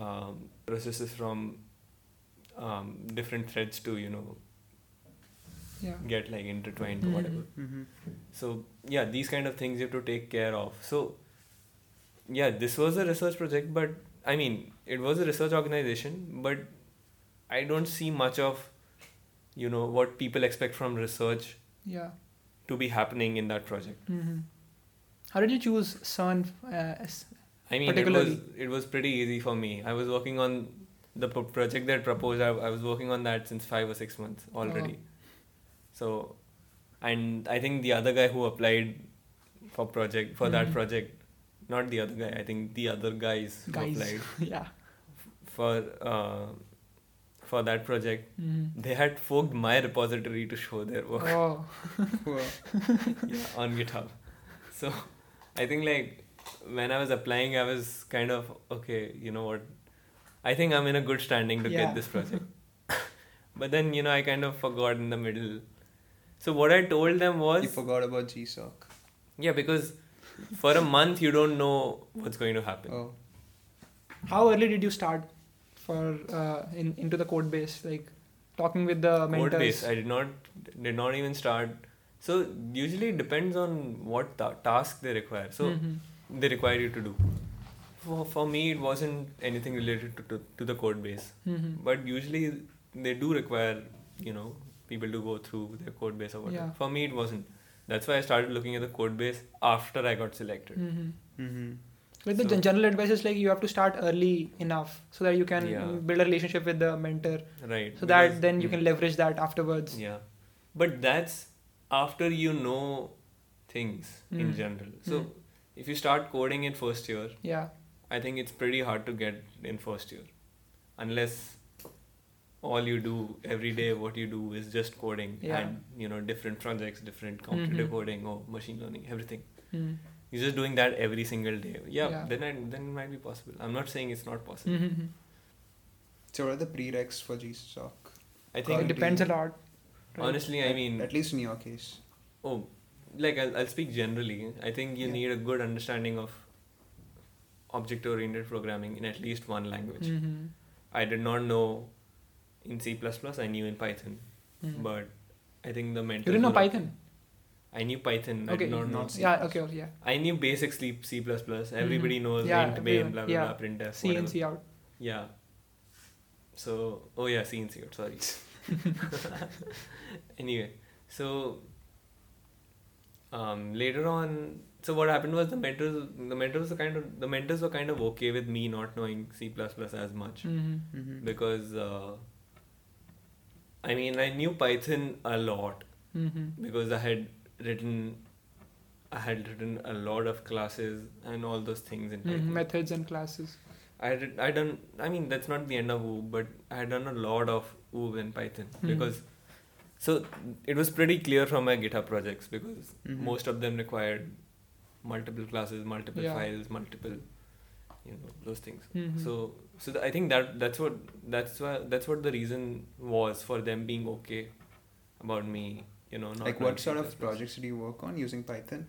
B: um, processes from um, different threads to you know
A: yeah.
B: get like intertwined or
A: Mhm.
B: whatever
C: Mm-hmm.
B: so yeah these kind of things you have to take care of so yeah this was a research project but i mean it was a research organization but i don't see much of you know what people expect from research
A: Yeah.
B: to be happening in that project
A: Mhm. How did you choose CERN? Uh, as-
B: i mean it was
A: Particularly-
B: it was pretty easy for me i was working on the pro- project that proposed I, I was working on that since 5 or 6 months already so and i think the other guy who applied for project for that
A: Mhm.
B: project not the other guy i think the other guys,
A: Guys.
B: who applied
A: yeah.
B: for uh, for that project
A: Mhm.
B: they had forked my repository to show their work
A: Oh.
B: yeah, on GitHub. So I think like when I was applying, I was kind of okay. You know what? I think I'm in a good standing to
A: Yeah.
B: get this project. but then you know I kind of forgot in the middle. So what I told them
C: You
B: was
C: forgot about GSOC.
B: yeah because for a month you don't know what's going to happen.
C: Oh,
A: How early did you start for uh, in into the code base? Like talking with the mentors.
B: Code base. I did not did not even start. So usually it depends on what ta- task they require. So
A: Mhm.
B: they require you to do. For, for me, it wasn't anything related to, to, to the code base.
A: Mhm.
B: But usually they do require, you know, people to go through their code base or whatever.
A: Yeah.
B: For me, it wasn't. That's why I started looking at the code base after I got selected.
A: Mhm.
C: mm-hmm.
A: Like the
B: So-
A: general advice is like you have to start early enough so that you can
B: Yeah.
A: build a relationship with the mentor,
B: Right.
A: so that
B: because-
A: then you
B: Mm.
A: can leverage that afterwards.
B: Yeah. But that's after you know things in
A: Mm.
B: general. So
A: Mm.
B: if you start coding in first year,
A: Yeah.
B: I think it's pretty hard to get in first year, unless all you do every day, what you do is just coding
A: Yeah.
B: and you know different projects, different computer
A: Mhm.
B: coding or machine learning, everything.
A: Mm.
B: You're just doing that every single day. Yeah,
A: Yeah.
B: then I, then it might be possible. I'm not saying it's not possible.
A: Mhm.
C: So, what are the prereqs for GSOC?
A: Mm.
B: I
A: It
B: think
C: Currently-
A: depends a lot. right?
B: honestly, I
C: At-
B: mean,
C: at least in your case.
B: oh, like I'll, I'll speak generally. I think you
A: Yeah.
B: need a good understanding of object-oriented programming in at least one language.
A: Mhm.
B: I did not know in C++. I knew in Python,
A: Mm.
B: but I think the
A: you
B: mentor.
A: didn't know Python.
B: I knew Python. I
A: Okay,
B: did not know.
C: not C++.
A: Yeah. Okay. okay, Yeah.
B: I knew basic C, C++. Everybody
A: Mhm.
B: knows
A: Yeah,
B: int, main,
A: everyone.
B: blah, blah,
A: Yeah.
B: blah, printf,
A: C and
B: whatever.
A: C out.
B: Yeah. So, oh yeah, C and C, out, sorry. anyway, so um, later on, so what happened was the mentors, the mentors were kind of, the mentors were kind of okay with me not knowing C++ as much
A: Mhm.
C: Mm-hmm.
B: because uh, I mean I knew Python a lot
A: Mhm.
B: because I had written I had written a lot of classes and all those things in
A: Mhm.
B: Python.
A: Methods and classes.
B: I had I done I mean that's not the end of Oob, but I had done a lot of Oob in Python
A: Mhm.
B: because so it was pretty clear from my GitHub projects because
C: Mhm.
A: Mm-hmm.
B: most of them required multiple classes, multiple
A: Yeah.
B: files, multiple you know those things.
A: Mhm.
B: So, so th- I think that that's what that's why that's what the reason was for them being okay about me. You know, not
C: Like, what
B: knowing
C: sort of
B: C++.
C: projects did you work on using Python?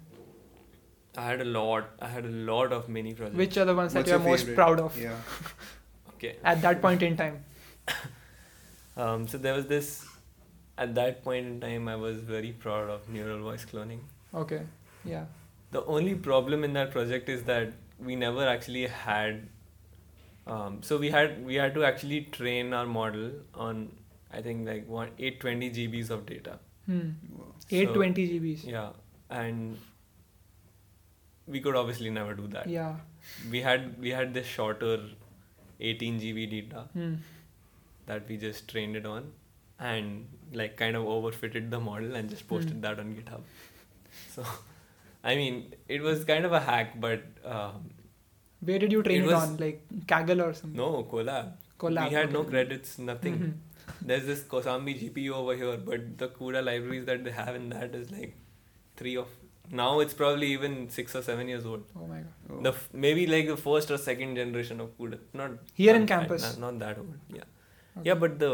B: I had a lot. I had a lot of mini projects.
A: Which are the ones that
C: What's
A: you are
C: your
A: most
C: favorite?
A: proud of
C: Yeah.
B: okay.
A: at that point in time?
B: Um. So there was this. At that point in time, I was very proud of neural voice cloning.
A: Okay. Yeah.
B: The only problem in that project is that we never actually had. Um, so we had we had to actually train our model on I think like one, 820 GBs of data.
A: Hmm.
C: Wow.
A: 820 GBs.
B: Yeah, and we could obviously never do that.
A: Yeah.
B: We had we had this shorter 18 GB data
A: Hmm.
B: that we just trained it on and like kind of overfitted the model and just posted
A: Hmm.
B: that on GitHub. So I mean, it was kind of a hack, but um,
A: Where did you train
B: It
A: it,
B: was-
A: on? Like Kaggle or something?
B: no collab.
A: Collab.
B: We had no
A: okay.
B: credits, nothing.
A: Mhm.
B: There's this Kosambi GPU over here, but the CUDA libraries that they have in that is like three of now it's probably even six or seven years old.
A: Oh my god.
C: Oh.
B: the f- maybe like the first or second generation of CUDA. Not
A: Here
B: not
A: in
B: that-
A: campus.
B: Not, not that old. Yeah.
A: Okay.
B: Yeah, but the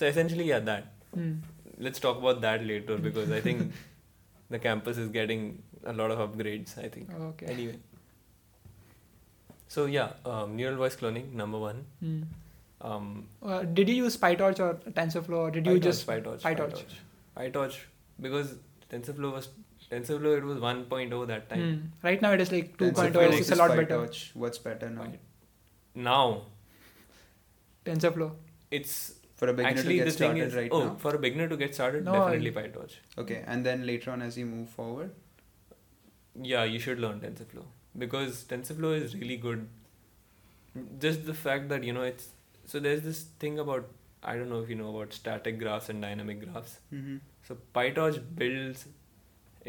B: so essentially yeah that.
A: Hmm.
B: Let's talk about that later because I think the campus is getting a lot of upgrades. I think
A: Okay.
B: anyway. So yeah, um, neural voice cloning number one.
A: Hmm.
B: Um,
A: Uh, did you use PyTorch or TensorFlow or did you
B: PyTorch,
A: just
B: PyTorch,
A: PyTorch.
B: PyTorch because TensorFlow was TensorFlow it was 1.0 that time.
A: Hmm. Right now it oh is like
C: Then
A: 2.0.
C: Python
B: TensorFlow
A: It's a
C: versus
A: lot better.
C: PyTorch, What's better now?
B: Py-
A: Hmm.
B: Now
A: TensorFlow.
B: it's
C: For a beginner
B: actually
C: to
B: the
C: get
B: thing
C: started
B: is
C: right
B: oh
C: now.
B: for a beginner to get started
A: No,
B: definitely
A: I-
B: PyTorch.
C: Okay, and then later on as you move forward.
B: Yeah, you should learn TensorFlow because TensorFlow is really good. Just the fact that you know it's so there's this thing about I don't know if you know about static graphs and dynamic graphs.
C: Mm-hmm.
B: So PyTorch builds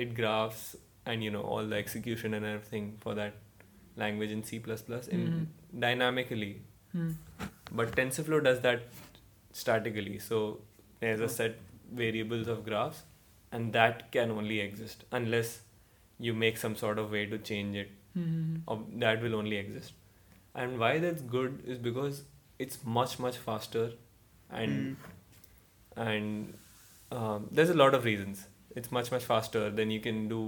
B: it graphs and you know all the execution and everything for that language in C++ in dynamically,
A: Hmm.
B: but TensorFlow does that statically. So there's a
C: Oh.
B: set variables of graphs, and that can only exist unless you make some sort of way to change it
A: Hmm.
B: ob- that will only exist. And why that's good is because it's much much faster, and
C: Mm-hmm.
B: and um, there's a lot of reasons. It's much much faster than you can do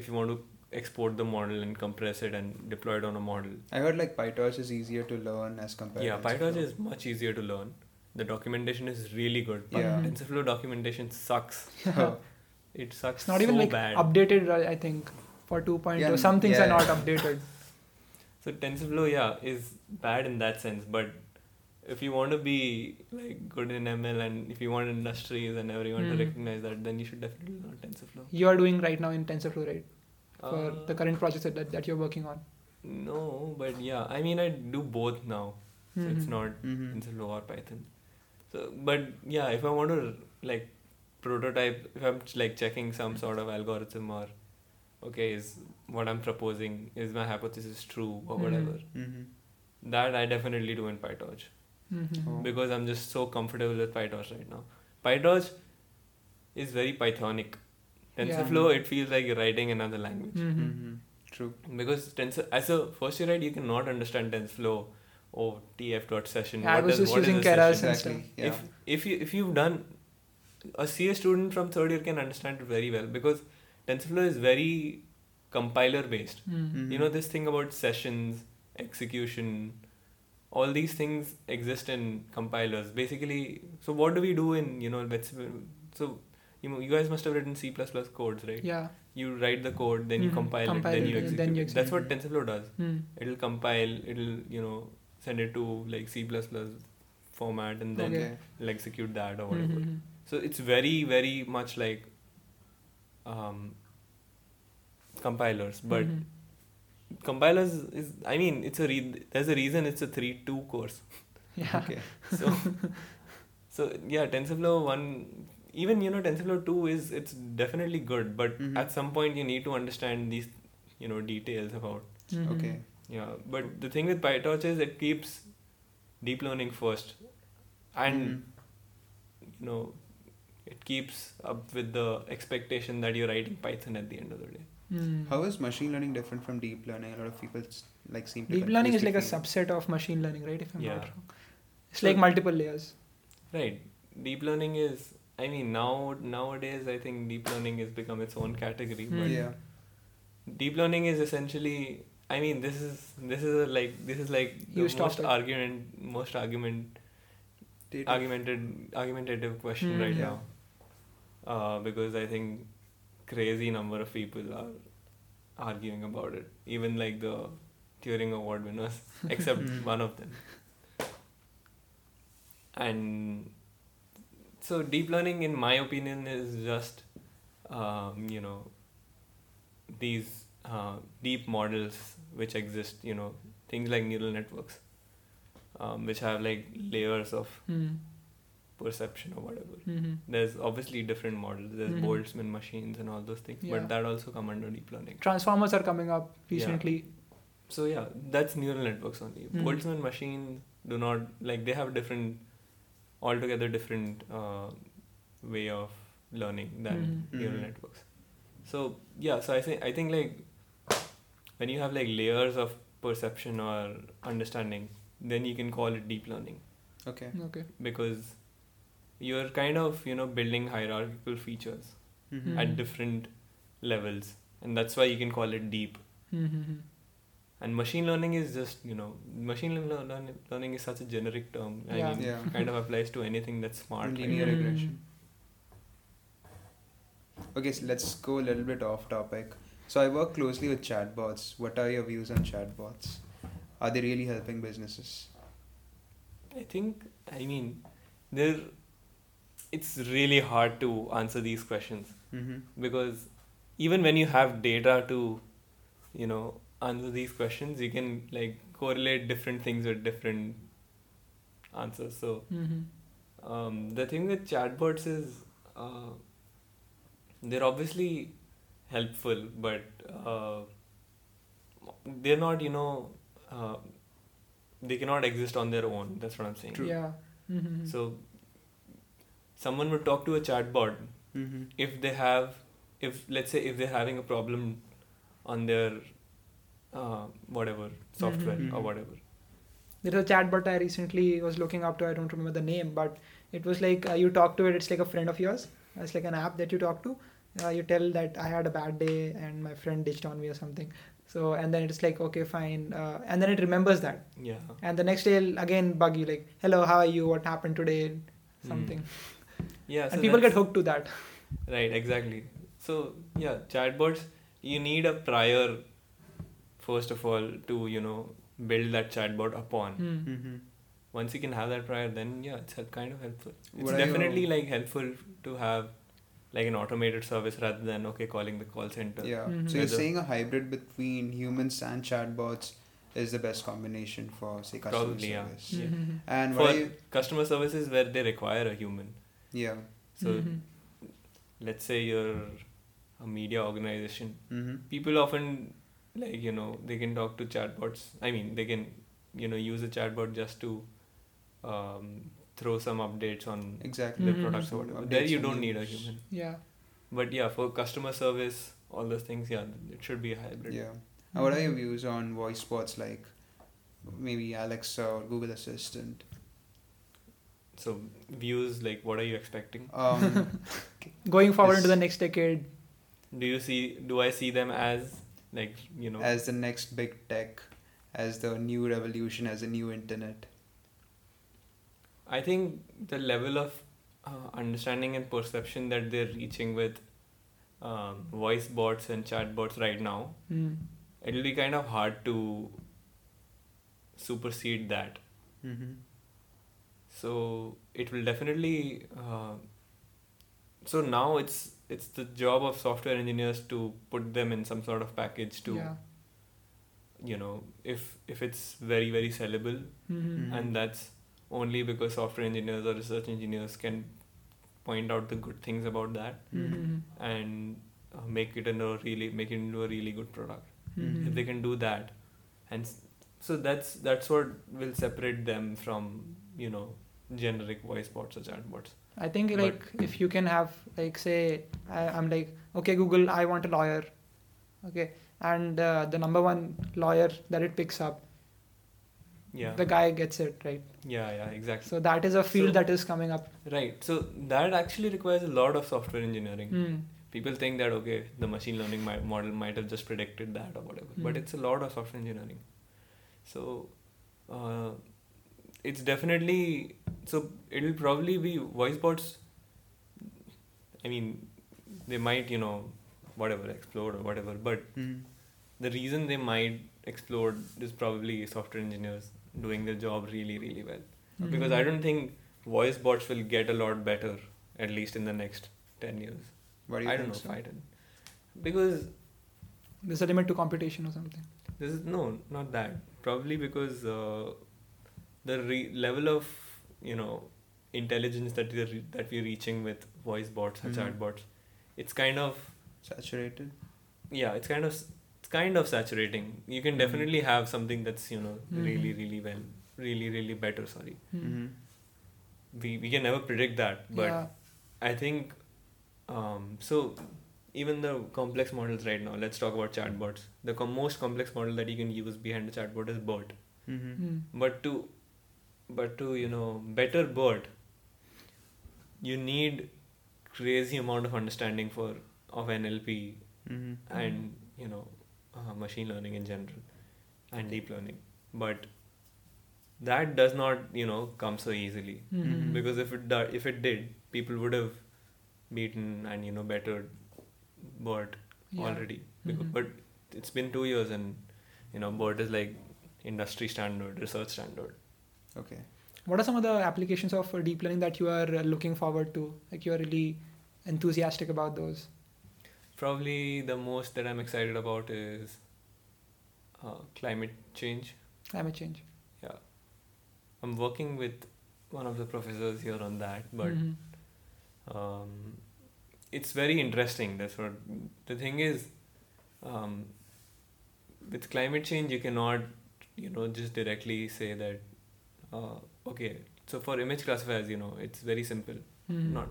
B: if you want to export the model and compress it and deploy it on a model.
C: I heard like PyTorch is easier to learn as compared.
B: yeah,
C: to
B: PyTorch
C: TensorFlow.
B: is much easier to learn. The documentation is really good. but
C: Yeah. Oh.
B: TensorFlow documentation sucks.
A: Yeah.
B: It sucks.
A: It's not even
B: so
A: like
B: bad.
A: updated, uh, I I think, for 2.0.
C: Yeah,
A: Some things
C: yeah.
A: are not updated.
B: So TensorFlow, yeah, is bad in that sense. But if you want to be like good in ML and if you want industries and everyone
A: Mhm.
B: to recognize that, then you should definitely learn TensorFlow.
A: You are doing right now in TensorFlow, right? For
B: Uh,
A: the current projects that, that you're working on.
B: No, but yeah, I mean I do both now, so it's
A: Mhm.
B: not
C: Mhm.
B: TensorFlow or Python. So, but yeah, if I want to like prototype, if I'm like checking
A: Hmm.
B: some sort of algorithm or okay, is what I'm proposing is my hypothesis true or
A: Mhm.
B: whatever?
C: Mhm.
B: That I definitely do in PyTorch.
C: Oh.
B: because I'm just so comfortable with PyTorch right now. PyTorch is very Pythonic.
A: Yeah.
B: TensorFlow, it feels like you're writing another language.
A: Mm-hmm.
C: Mhm. True.
B: Because tensor as a first year right, you cannot understand TensorFlow or TF dot session.
A: I
B: What
A: was
B: does-
A: just
B: what is
A: using
B: a
A: Keras
B: session?
A: and
C: Exactly.
A: stuff.
C: Yeah.
B: If if you if you've done a CA student from third year can understand it very well because TensorFlow is very compiler based.
A: Mm.
B: You know this thing about sessions, execution, all these things exist in compilers. Basically, so what do we do in you know let's so you know, you guys must have written C plus plus codes, right?
A: Yeah.
B: You write the code, then you
A: Mhm.
B: compile,
A: Compile it,
B: it, then you
A: and
B: execute.
A: then you
B: it. That's what TensorFlow does.
A: Mm.
B: It'll compile, it'll you know send it to like C plus plus format, and then
A: Okay.
B: it'll execute that or whatever.
A: Mhm.
B: So it's very very much like um, compilers, but
A: Mhm.
B: compilers is i mean it's a re- there's a reason it's a 3 2 course
A: yeah.
C: Okay.
B: so so yeah tensorflow 1 even you know tensorflow 2 is it's definitely good but
C: Mhm.
B: at some point you need to understand these you know details about
A: Mhm.
C: Okay.
B: yeah but the thing with pytorch is it keeps deep learning first and
C: Mm-hmm.
B: you know it keeps up with the expectation that you're writing python at the end of the day
A: Mm.
C: Mhm. how is machine learning different from deep learning? A lot of people s- like seem to
A: Deep
C: confuse
A: learning is
C: the
A: like a
C: two.
A: subset of machine learning, right? If I'm
B: Yeah.
A: not wrong. It's
B: So-
A: like multiple layers.
B: Right. Deep learning is I mean now nowadays I think deep learning has become its own category.
A: Mm.
C: Yeah.
B: But deep learning is essentially I mean this is this is a, like this is like the
A: Huge
B: most
A: topic.
B: argument most argument
C: Data.
B: argumented argumentative question
A: Mm.
B: right
A: Yeah.
B: now. Uh, because I think crazy number of people are arguing about it. Even like the Turing Award winners, except
C: Mm.
B: one of them. And so deep learning, in my opinion, is just um, you know these uh, deep models which exist. You know things like neural networks, um, which have like layers of
A: Mm.
B: perception or whatever.
A: Mhm.
B: There's obviously different models. There's
A: Mhm.
B: Boltzmann machines and all those things,
A: Yeah.
B: but that also come under deep learning.
A: Transformers are coming up
B: Yeah.
A: recently.
B: So yeah, that's neural networks only.
A: Mhm.
B: Boltzmann machines do not like they have different, altogether different uh, way of learning than
A: Mhm.
B: neural
C: Mhm.
B: networks. So yeah, so I think I think like when you have like layers of perception or understanding, then you can call it deep learning
C: Okay.
A: Okay.
B: because you're kind of you know building hierarchical features
C: Mhm.
A: Mm.
B: at different levels and that's why you can call it deep
A: Mm-hmm.
B: and machine learning is just you know machine lear- lear- learn- learning is such a generic term i
A: Yeah.
B: mean
C: Yeah.
B: kind of applies to anything that's smart right?
C: Linear
A: Mm.
C: regression. Mm-hmm. Okay, so let's go a little bit off topic. So I work closely with chatbots. What are your views on chatbots? Are they really helping businesses?
B: i think i mean there it's really hard to answer these questions
C: Mm-hmm.
B: because even when you have data to you know answer these questions you can like correlate different things with different answers so
A: Mm-hmm.
B: um, the thing with chatbots is uh, they're obviously helpful, but uh, they're not, you know, uh, they cannot exist on their own. That's what I'm saying.
C: True.
A: Yeah. Mm-hmm.
B: So, someone would talk to a chatbot
C: Mm-hmm.
B: if they have, if let's say, if they're having a problem on their uh, whatever software
C: Mhm.
B: or
C: Mhm.
B: whatever.
A: There was a chatbot I recently was looking up to. I don't remember the name, but it was like uh, you talk to it. It's like a friend of yours. It's like an app that you talk to. Uh, you tell that I had a bad day and my friend ditched on me or something. So and then it's like okay fine, uh, and then it remembers that.
B: Yeah.
A: And the next day it'll again bug you like hello how are you what happened today
B: Hmm.
A: something.
B: Yeah. so
A: and people
B: that's-
A: get hooked to that.
B: Right, exactly. So yeah, chatbots. You need a prior, first of all, to you know build that chatbot upon.
A: Mm.
C: Mm-hmm.
B: Once you can have that prior, then yeah, it's help, kind of helpful. It's
C: What um, are
B: definitely
C: your-
B: like helpful to have like an automated service rather than okay calling the call center.
C: Yeah.
A: Mhm.
C: So you're
B: Whether-
C: saying a hybrid between humans and chatbots is the best combination for say customer
B: Probably, yeah.
C: service.
B: Yeah.
A: Mhm.
C: And what
B: For
C: are you?
B: customer services where they require a human.
C: Yeah.
B: So
A: Mhm.
B: let's say you're a media organization.
C: Mm-hmm.
B: People often like you know they can talk to chatbots. I mean they can you know use a chatbot just to um, throw some updates on
C: Exactly.
B: their
A: Mhm.
B: products or whatever. There
C: Updates
B: you
C: on
B: don't
C: the-
B: need a human.
A: Yeah.
B: But yeah, for customer service, all those things, yeah, it should be a hybrid.
C: Yeah. Uh, What are your
A: Mm-hmm.
C: views on voice bots like maybe Alexa or Google Assistant?
B: So views, like, what are you expecting?
C: Um,
A: Going forward
C: Yes.
A: into the next decade.
B: Do you see? Do I see them as like you know?
C: as the next big tech, as the new revolution, as the new internet.
B: I think the level of uh, understanding and perception that they're reaching with um, voice bots and chat bots right now,
A: Mm.
B: it'll be kind of hard to supersede that.
C: Mm-hmm.
B: So it will definitely. Uh, so now it's it's the job of software engineers to put them in some sort of package to
A: Yeah.
B: you know if if it's very very sellable
A: Mhm.
C: Mhm.
B: and that's only because software engineers or research engineers can point out the good things about that
C: Mm-hmm.
A: Mhm.
B: and uh, make it into a really make it into a really good product
A: Mhm.
B: Hmm. if they can do that and s- so that's that's what will separate them from you know generic voice bots or chatbots
A: I think
B: But-
A: like if you can have like say I, I'm like okay Google I want a lawyer, okay, and uh, the number one lawyer that it picks up,
B: yeah
A: the guy gets it right.
B: yeah yeah exactly
A: So that is a field
B: So-
A: that is coming up.
B: right so that actually requires a lot of software engineering
A: Mm.
B: people think that okay the machine learning mi- model might have just predicted that or whatever but
A: Mm.
B: it's a lot of software engineering so uh, it's definitely so it'll probably be voice bots i mean they might you know whatever explode or whatever but
C: Mm-hmm.
B: the reason they might explode is probably software engineers doing their job really really well
A: Hmm.
B: because i don't think voice bots will get a lot better at least in the next 10 years
C: What do you
B: I don't
C: think
B: know
C: so?
B: if I did. Because
A: There's a limit to computation or something.
B: this is no, not that. Probably because uh, the re- level of you know intelligence that we're re- that we're reaching with voice bots and
C: Mhm.
B: chat bots, it's kind of
C: Saturated.
B: yeah, it's kind of s- it's kind of saturating. You can
C: Mhm.
B: definitely have something that's you know really
A: Mhm.
B: really well, really really better. Sorry,
A: Mm.
C: Mm-hmm.
B: we we can never predict that, Hmm. but
A: yeah.
B: I think um, so. Even the complex models right now. Let's talk about chatbots. The com- most complex model that you can use behind a chatbot is BERT.
C: Mm-hmm.
A: Mm.
B: But to, but to you know better BERT, you need crazy amount of understanding for of NLP
C: Mm-hmm.
B: and you know uh, machine learning in general and deep learning. But that does not you know come so easily
A: Mhm.
B: because if it do- if it did people would have beaten and you know bettered Bert
A: Yeah.
B: already Becau-
A: Mhm.
B: but it's been 2 years and you know Bert is like industry standard research standard
C: Okay.
A: What are some of the applications of uh, deep learning that you are uh, looking forward to? Like you are really enthusiastic about those.
B: probably the most that i'm excited about is uh, climate change
A: Climate change.
B: yeah i'm working with one of the professors here on that but
A: Mhm.
B: um, it's very interesting. That's what the thing is. Um, with climate change, you cannot, you know, just directly say that. Uh, okay, so for image classifiers, you know, it's very simple.
A: Mhm.
B: Not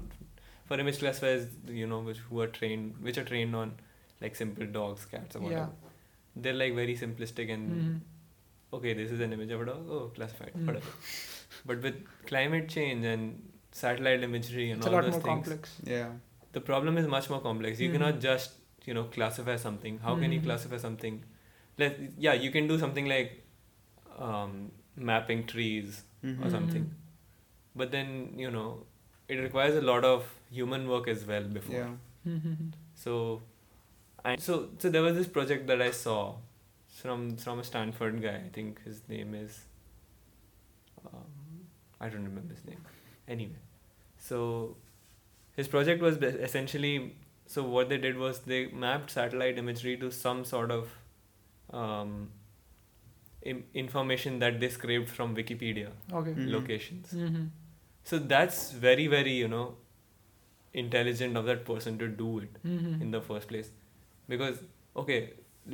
B: for image classifiers, you know, which who are trained, which are trained on like simple dogs, cats, or
A: Yeah.
B: whatever. They're like very simplistic and
A: Mhm.
B: okay, this is an image of a dog. Oh, classified,
A: Mm.
B: whatever. But with climate change and satellite imagery and
A: It's a
B: all
A: lot
B: those
A: more
B: things,
A: complex.
C: Yeah.
B: the problem is much more complex you
A: Mhm.
B: cannot just you know classify something how can you
A: Mhm.
B: classify something let yeah you can do something like um, mapping trees
C: Mm-hmm.
B: or something but then you know it requires a lot of human work as well before
C: Yeah.
A: Mhm.
B: so and so so there was this project that i saw from from a stanford guy i think his name is um, i don't remember his name anyway so his project was bas- essentially so what they did was they mapped satellite imagery to some sort of um, Im- information that they scraped from wikipedia
A: Okay.
C: Mhm.
B: locations
A: Mhm.
B: so that's very very you know intelligent of that person to do it
A: Mhm.
B: in the first place because okay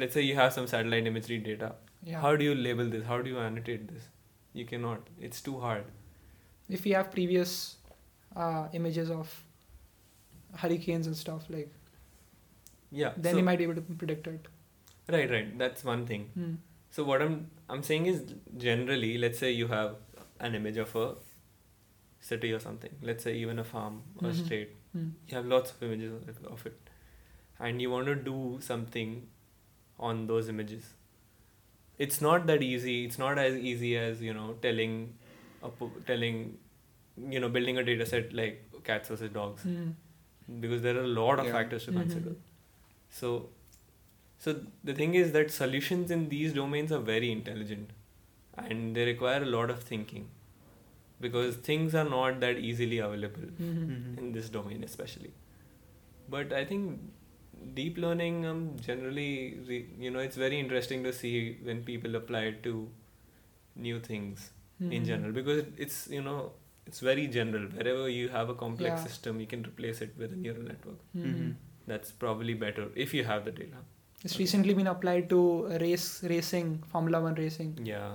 B: let's say you have some satellite imagery data
A: yeah.
B: how do you label this how do you annotate this you cannot it's too hard
A: if we have previous uh, images of hurricanes and stuff like
B: yeah
A: then
B: so-
A: we might be able to predict it
B: right right that's one thing
A: Hmm.
B: so what i'm i'm saying is generally let's say you have an image of a city or something let's say even a farm or a
A: Mhm.
B: state
A: Hmm.
B: you have lots of images of it- of it and you want to do something on those images it's not that easy it's not as easy as you know telling a, po- telling you know building a data set like cats versus dogs
A: Hmm.
B: because there are a lot of
C: Yeah.
B: factors to
A: Mhm.
B: consider so so the thing is that solutions in these domains are very intelligent and they require a lot of thinking because things are not that easily available
A: Hmm.
C: Mm-hmm.
B: in this domain especially but i think deep learning um, generally re- you know it's very interesting to see when people apply it to new things Mm-hmm. in
A: Hmm.
B: general because it- it's you know it's very general wherever you have a complex
A: Yeah.
B: system you can replace it with a neural network
A: Hmm.
C: Mhm.
B: that's probably better if you have the data
A: It's recently been applied to race racing, Formula One racing,
B: yeah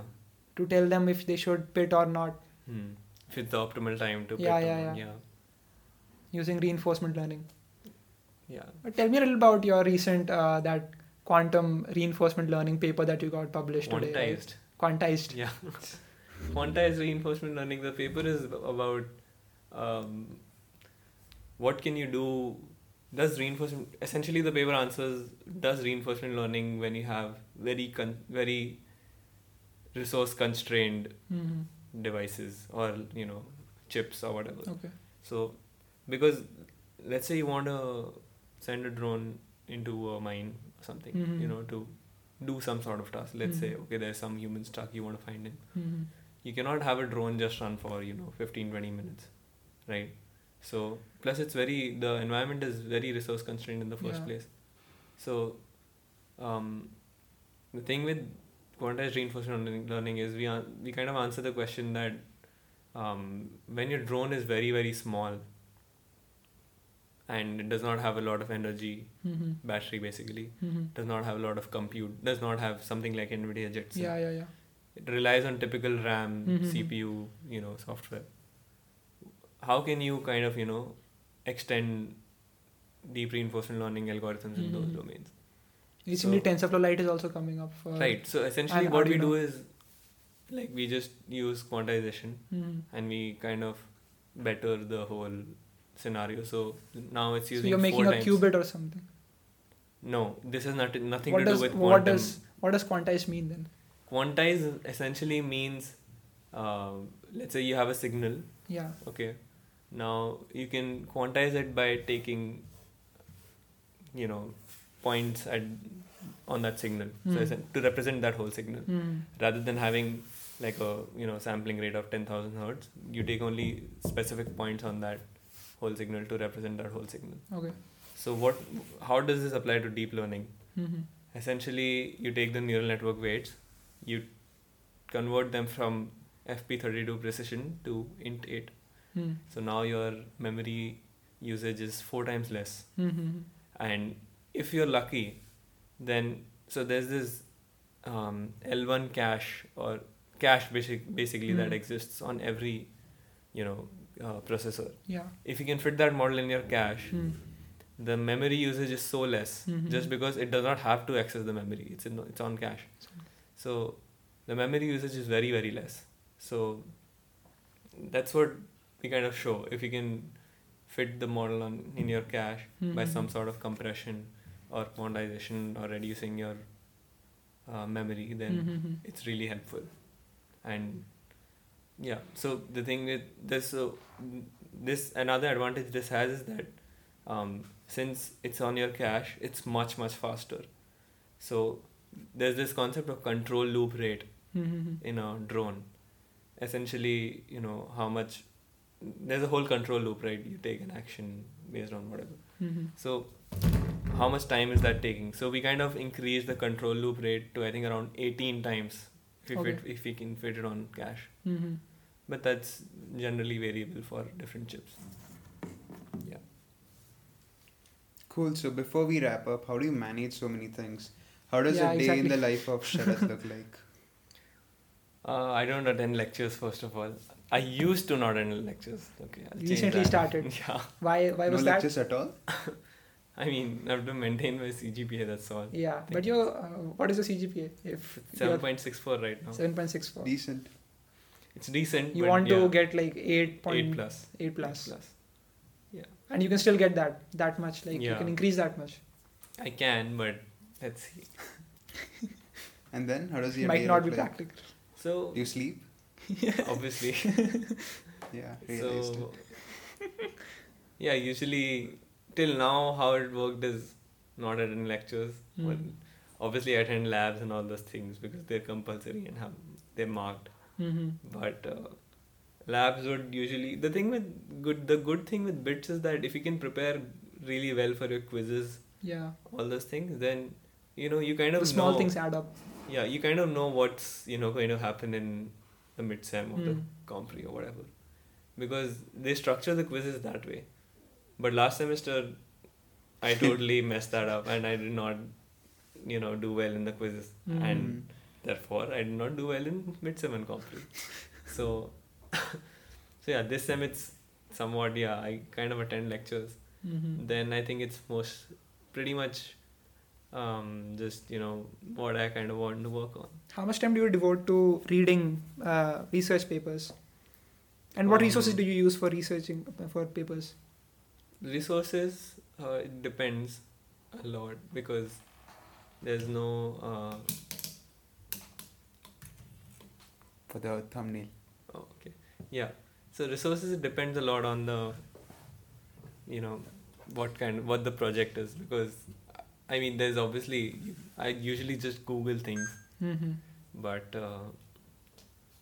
A: to tell them if they should pit or not
B: hmm. if it's the optimal time to
A: Yeah,
B: pick
A: yeah,
B: someone,
A: yeah.
B: yeah
A: using reinforcement learning.
B: yeah
A: But tell me a little about your recent uh, that quantum reinforcement learning paper that you got published today. right?
B: quantized
A: Quantized.
B: yeah quantized reinforcement learning the paper is about um, what can you do does reinforcement essentially the paper answers does reinforcement learning when you have very con- very resource constrained
A: hmm
B: devices or you know chips or whatever
A: Okay.
B: so because let's say you want to send a drone into a mine or something
A: Mhm.
B: you know to do some sort of task let's say
A: Mhm.
B: okay there's some human stuck you want to find him
A: hmm
B: you cannot have a drone just run for you know 15 20 minutes right so plus it's very the environment is very resource constrained in the first
A: Yeah.
B: place so um, the thing with quantized reinforcement learning- learning is we an- we kind of answer the question that um, when your drone is very very small and it does not have a lot of energy
A: hmm
B: battery basically
A: hmm
B: does not have a lot of compute does not have something like nvidia jetson
A: Yeah, yeah, yeah.
B: it relies on typical ram
A: Mhm.
B: cpu you know software how can you kind of you know extend deep reinforcement learning algorithms in those
A: Mhm.
B: domains
A: Recently,
B: So-
A: TensorFlow Lite is also coming up. For,
B: right so essentially
A: And
B: what we
A: Arduino.
B: do is like we just use quantization
A: hmm
B: and we kind of better the whole scenario so now it's
A: So
B: using
A: you're making a
B: four times
A: qubit or something.
B: no this has not, nothing
A: what
B: to
A: does
B: do with quantum
A: what does what does quantized mean then?
B: quantize essentially means um let's say you have a signal
A: Yeah.
B: Okay. Now you can quantize it by taking, you know, points at on that signal. So
A: Mm.
B: essen- to represent that whole signal,
A: hmm
B: rather than having like a you know sampling rate of ten thousand hertz, you take only specific points on that whole signal to represent that whole signal.
A: Okay.
B: So what? How does this apply to deep learning?
A: hmm
B: Essentially, you take the neural network weights, you convert them from FP32 precision to int8.
A: hmm
B: So now your memory usage is four times less.
A: hmm
B: And if you're lucky, then so there's this um, L1 cache or cache basic, basically that
A: Mhm.
B: exists on every you know uh, processor.
A: Yeah.
B: If you can fit that model in your cache,
A: hmm
B: the memory usage is so less
A: Mhm.
B: just because it does not have to access the memory. It's in, it's on cache. So the memory usage is very very less. So that's what we kind of show. If you can fit the model on in your cache by
A: Mhm.
B: some sort of compression or quantization or reducing your uh, memory, then
A: Mhm.
B: it's really helpful. And yeah, so the thing with this, so this another advantage this has is that um, since it's on your cache, it's much much faster. So there's this concept of control loop rate
A: Mhm.
B: in a drone essentially you know how much there's a whole control loop right you take an action based on whatever
A: Mhm.
B: so how much time is that taking so we kind of increase the control loop rate to i think around 18 times if,
A: Okay.
B: it, if we can fit it on cache
A: Mhm.
B: but that's generally variable for different chips yeah
C: Cool. So before we wrap up, how do you manage so many things? How does
A: Yeah,
C: a day in
A: exactly.
C: the life of Sharad look like?
B: uh, i don't attend lectures first of all I used to not attend lectures. Okay, I'll change
A: Recently
B: that.
A: started.
B: Yeah,
A: Why? Why was
D: no
A: that?
D: lectures at all?
B: I mean, I have to maintain my CGPA. That's all.
A: Yeah, but
B: Thank
A: your uh, what is your CGPA? If
B: Seven point six four right now.
A: seven point six four,
D: Decent.
B: It's decent.
A: you
B: but
A: want
B: yeah,
A: to get like eight
B: eight
A: point
B: plus.
A: eight plus,
B: Eight plus.
A: and you can still get that that much. Like you
B: Yeah.
A: can increase that much.
B: I can, but let's see.
D: And then how does your
A: Might
D: day
A: not be
D: look like?
A: practical. Mm-hmm.
B: So
D: Do you sleep?
B: obviously,
D: Yeah. realized
B: so yeah. Usually, till now, how it worked is not attend lectures. Well,
A: Mm.
B: obviously, I attend labs and all those things because they're compulsory and have they're marked.
A: Mm-hmm.
B: but uh, labs would usually the thing with good the good thing with bits is that if you can prepare really well for your quizzes
A: Yeah,
B: all those things then you know you kind of
A: the small
B: know,
A: things add up.
B: yeah you kind of know what's you know going to happen in the mid sem or the
A: Mm.
B: compre or whatever because they structure the quizzes that way but last semester i totally messed that up and i did not you know do well in the quizzes
A: Mm.
C: Hmm.
D: it.
B: and
D: Mm.
B: therefore I did not do well in midsummer comp so so yeah this sem it's somewhat yeah I kind of attend lectures
A: Mm-hmm.
B: then I think it's most pretty much um, just you know what I kind of want to work on
A: How much time do you devote to reading uh, research papers? And what resources
B: Um,
A: do you use for researching uh, for papers?
B: resources uh, it depends a lot because there's no uh,
D: For the thumbnail.
B: Oh, okay. Yeah. So resources it depends a lot on the, you know, what kind what the project is because, I mean, there's obviously I usually just Google things,
A: Mm-hmm.
B: but uh,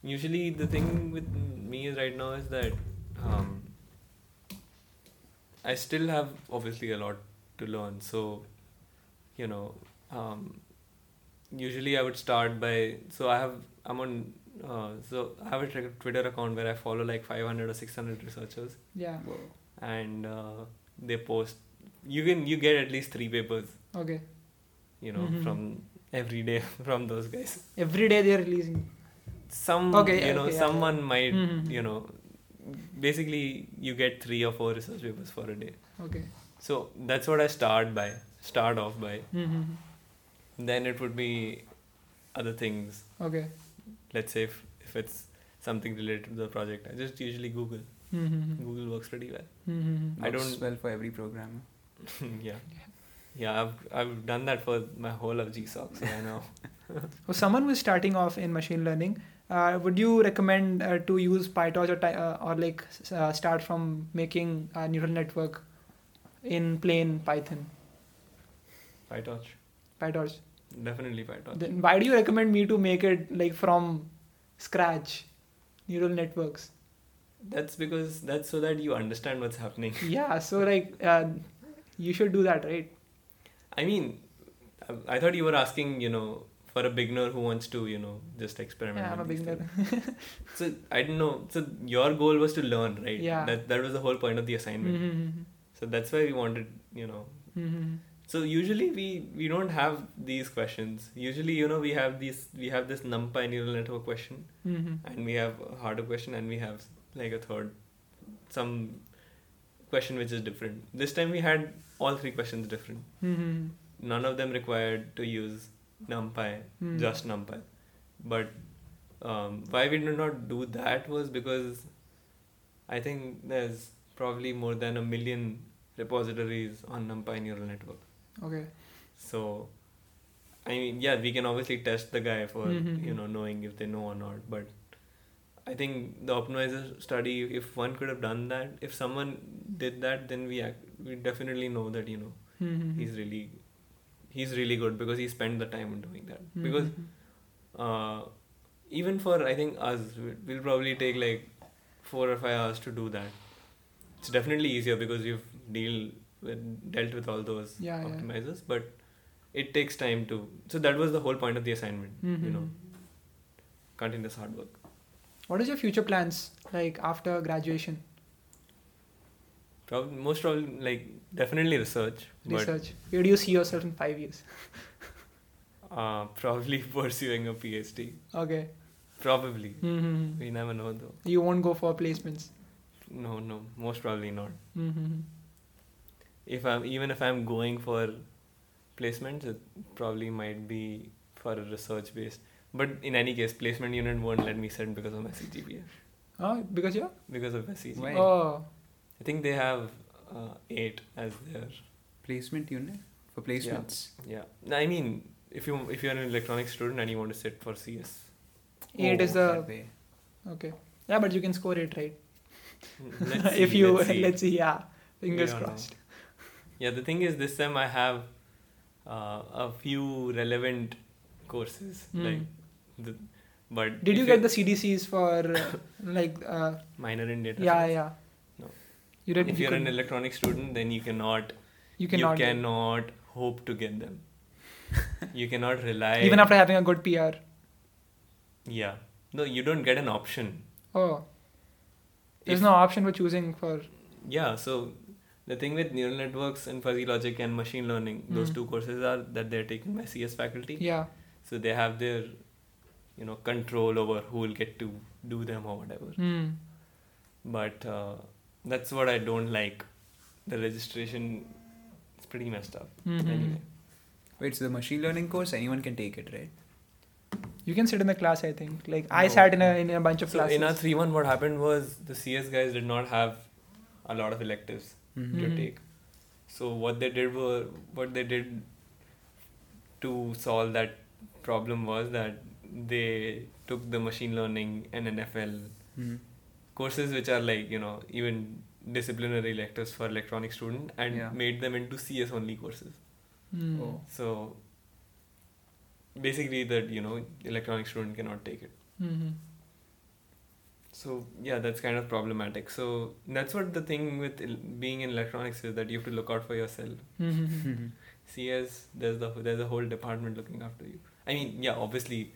B: usually the thing with me right now is that um, I still have obviously a lot to learn. So, you know, um, usually I would start by so I have I'm on uh, so I have a tr- Twitter account where I follow like 500 or 600 researchers
A: Yeah.
D: Whoa.
B: and uh, they post you can you get at least three papers
A: Okay.
B: you know
A: Mhm.
B: from every day from those guys
A: Every day they are releasing.
B: some
A: Okay,
B: you
A: yeah,
B: know
A: okay, yeah,
B: someone might
A: Mhm.
B: you know basically you get three or four research papers for a day
A: Okay.
B: so that's what i start by start off by
A: Mm-hmm.
B: then it would be other things
A: Okay.
B: let's say if, if it's something related to the project i just usually google
A: Mm-hmm.
B: google works pretty well
A: Mm-hmm.
B: I
D: Works
B: don't-
D: well for every programmer.
B: yeah yeah i've i've done that for my whole of gsoc so i know
A: For someone who is starting off in machine learning, uh, would you recommend uh, to use PyTorch or, ty- uh, or like s- uh, start from making a neural network in plain Python,
B: pytorch
A: PyTorch?
B: definitely pytorch
A: Then why do you recommend me to make it like from scratch, neural networks?
B: that's because that's so that you understand what's happening
A: yeah, so like uh, you should do that, right?
B: I mean, I- I thought you were asking, you know, for a beginner who wants to, you know, just experiment.
A: Yeah, I'm a
B: with these
A: beginner.
B: things. So I don't know. So your goal was to learn, right?
A: Yeah.
B: That that was the whole point of the assignment.
A: Mhm,
B: So that's why we wanted, you know.
A: mhm, mhm.
B: So usually we we don't have these questions. Usually, you know, we have these we have this NumPy neural network question,
A: Mhm.
B: and we have a harder question, and we have like a third, some question which is different. This time we had all three questions different.
A: Mhm.
B: None of them required to use NumPy
A: Mhm.
B: just numpy but um, why we did not do that was because i think there's probably more than a million repositories on numpy neural network
A: Okay.
B: so i mean yeah we can obviously test the guy for
A: Mhm.
B: you know knowing if they know or not but i think the optimizer study if one could have done that if someone did that then we ac we definitely know that you know
A: Mhm,
B: he's really he's really good because he spent the time on doing that
A: mhm.
B: because uh, even for I think us, we- we'll probably take like four or five hours to do that. It's definitely easier because you've deal with dealt with all those
A: Yeah, yeah.
B: optimizers, but it takes time to. So that was the whole point of the assignment, you know,
A: Mhm.
B: continuous hard work.
A: What is your future plans like after graduation?
B: Probably most probably like definitely research,
A: Research. Where do you see yourself in five years?
B: but uh, probably pursuing a PhD.
A: Okay.
B: Probably.
A: Mm-hmm.
B: We never know though.
A: You won't go for placements.
B: No, no. Most probably not.
A: Mm-hmm.
B: If I'm even if I'm going for placements, it probably might be for a research based. But in any case, placement unit won't let me send because of my CGPA.
A: Oh, because you're.
B: Because of my CGPA.
C: Why?
A: Oh,
B: I think they have uh, eight as their
C: Placement unit for placements.
B: yeah. No, I mean, if you if you're an electronic student and you want to sit for CS,
A: eight
C: Oh,
A: is the
C: that way.
A: okay. Yeah, but you can score it right
B: let's
A: if
B: see,
A: you
B: let's see.
A: Yeah, fingers
B: don't know.
A: crossed.
B: Yeah, the thing is, this time I have uh, a few relevant courses.
A: Hmm.
B: Like, the, but
A: Did
B: if
A: you get the CDCs for uh, like uh,
B: minor in data?
A: yeah
B: science,
A: yeah?
B: No.
A: You did.
B: If
A: you
B: you're an
A: couldn't-
B: electronic student, then you cannot.
A: you cannot.
B: You cannot hope to get them. you cannot rely.
A: even after having a good PR.
B: Yeah. No, you don't get an option.
A: Oh, there's
B: If-
A: no option for choosing for.
B: Yeah, so the thing with neural networks and fuzzy logic and machine learning, those
A: Mm.
B: two courses are that they're taken by CS faculty.
A: Yeah.
B: So they have their, you know, control over who will get to do them or whatever.
A: Hmm.
B: But uh, that's what I don't like. The registration is pretty messed up.
A: Mhm.
B: Anyway,
C: Wait, so the machine learning course, anyone can take it, right?
A: You can sit in the class, I think. Like I
B: No.
A: sat in a in a bunch of
B: so
A: classes.
B: in our three one, what happened was the CS guys did not have a lot of electives
A: Mm.
C: Mm-hmm.
B: to
A: Mhm.
B: take. So what they did were what they did to solve that problem was that they took the machine learning and NFL
C: Mm-hmm.
B: courses which are like you know even disciplinary electives for electronic student and
C: Yeah.
B: made them into CS only courses.
A: Hmm.
C: Oh.
B: So basically that you know electronic student cannot take it.
A: Mhm.
B: So yeah, that's kind of problematic. So that's what the thing with el- being in electronics is that you have to look out for yourself.
A: Mhm.
C: Mhm.
B: CS there's the there's a whole department looking after you. I mean yeah, obviously,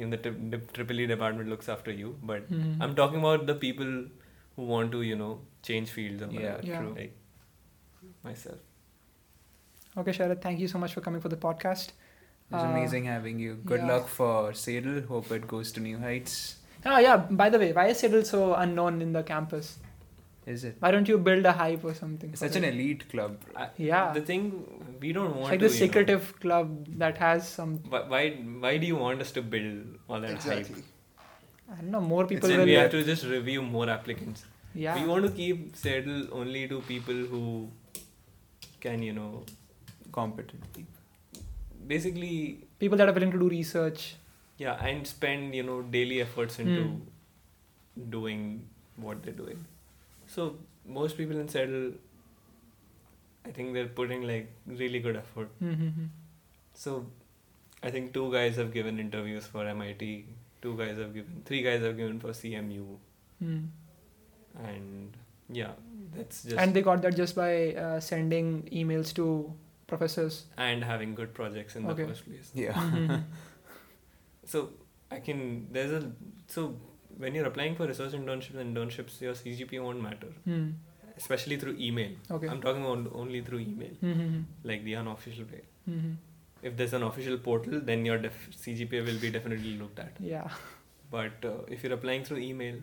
B: even the tri- dip- triple E department looks after you, but
A: Mhm.
B: I'm talking about the people who want to, you know, change fields or
C: Yeah,
B: whatever.
A: Yeah.
C: true.
B: Like myself.
A: Okay, Sharad, thank you so much for coming for the podcast.
C: It was
A: Uh,
C: amazing having you. Good
A: yeah.
C: luck for Seattle. Hope it goes to new heights.
A: Ah, yeah. By the way, why is Seattle so unknown in the campus?
C: Is it?
A: Why don't you build a hype or something?
C: It's
A: for
C: such an
A: it?
C: elite club.
B: I-
A: Yeah.
B: The thing we don't
A: It's
B: want
A: like
B: to
A: this
B: you know,
A: secretive club that has some.
B: why, why why do you want us to build all that
D: Exactly.
A: I don't know. More
B: hype?
A: people
B: Then
A: will. uh,
B: we have to just review more applicants.
A: yeah.
B: We want to keep Seattle only to people who can, you know,
C: Competent.
B: basically,
A: people that are willing to do research.
B: yeah, and spend, you know, daily efforts
A: Hmm.
B: into doing what they're doing. So, most people in Seattle, I think they're putting like really good effort.
A: Mm-hmm.
B: So, I think two guys have given interviews for MIT, two guys have given, three guys have given for CMU,
A: Mm.
B: and yeah, that's just.
A: And they got that just by uh, sending emails to professors.
B: and having good projects in
A: Okay.
B: the first place.
C: Yeah.
A: Mhm.
B: So I can there's a so when you're applying for research internships and internships, your CGPA won't matter,
A: Mm.
B: especially through email.
A: Okay.
B: I'm talking about only through email,
A: Mm-hmm.
B: like the unofficial way.
A: Mm-hmm.
B: If there's an official portal, then your def- CGPA will be definitely looked at.
A: Yeah.
B: But uh, if you're applying through email,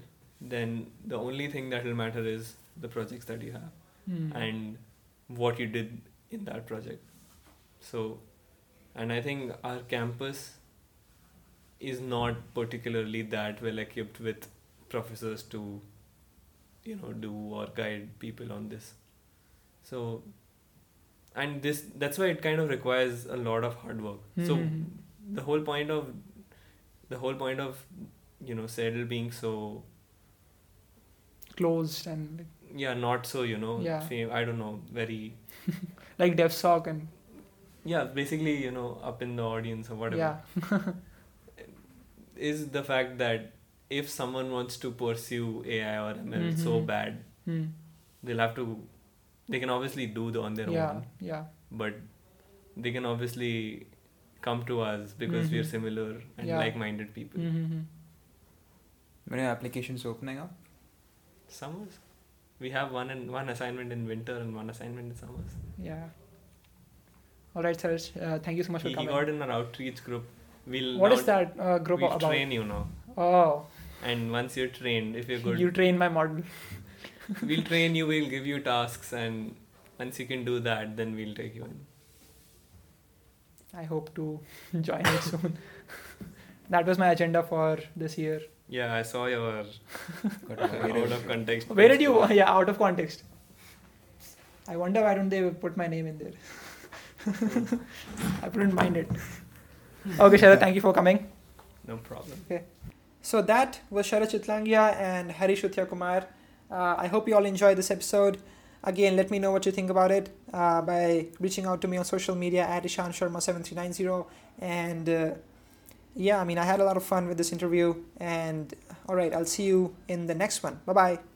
B: then the only thing that will matter is the projects that you have
A: Mm.
B: Mm-hmm. and what you did in that project. So, and I think our campus is not particularly that well equipped with professors to, you know, do or guide people on this. So, and this that's why it kind of requires a lot of hard work.
A: Mhm.
B: So, the whole point of the whole point of you know Seattle being so
A: closed and
B: yeah not so you know
A: Yeah.
B: fam- I don't know very
A: like DevSoc and
B: yeah basically you know up in the audience or whatever
A: yeah.
B: is the fact that if someone wants to pursue ai or ml so
A: Mhm.
B: bad
A: Mm.
B: they'll have to they can obviously do the on their
A: Yeah.
B: own
A: Yeah.
B: but they can obviously come to us because we're
A: Mhm.
B: similar and
A: Yeah.
B: like-minded people
A: Mm-hmm.
C: When are applications opening up?
B: summers we have one and one assignment in winter and one assignment in summers
A: Yeah. All right, Saraj. Uh, thank you so much for
B: he, he
A: coming.
B: got in our outreach group we'll
A: What
B: now,
A: is that uh, group
B: we'll
A: about?
B: train you now
A: Oh,
B: And once you're trained, if you're good,
A: you train my model.
B: we'll train you. We'll give you tasks, and once you can do that, then we'll take you in.
A: I hope to join it soon. that was my agenda for this year.
B: Yeah, I saw your uh,
C: Got
B: out of context.
A: Where did you? Yeah, out of context. I wonder why don't they put my name in there.
B: Hmm.
A: I wouldn't mind it. Okay, Sharad, thank you for coming.
B: No problem.
A: So that was Sharad Chitlangia and Harish Uthya Kumar. Uh, I hope you all enjoyed this episode. Again, let me know what you think about it uh, by reaching out to me on social media at Ishan Sharma seven three nine zero. And uh, yeah, I mean, I had a lot of fun with this interview. And all right, I'll see you in the next one. Bye bye.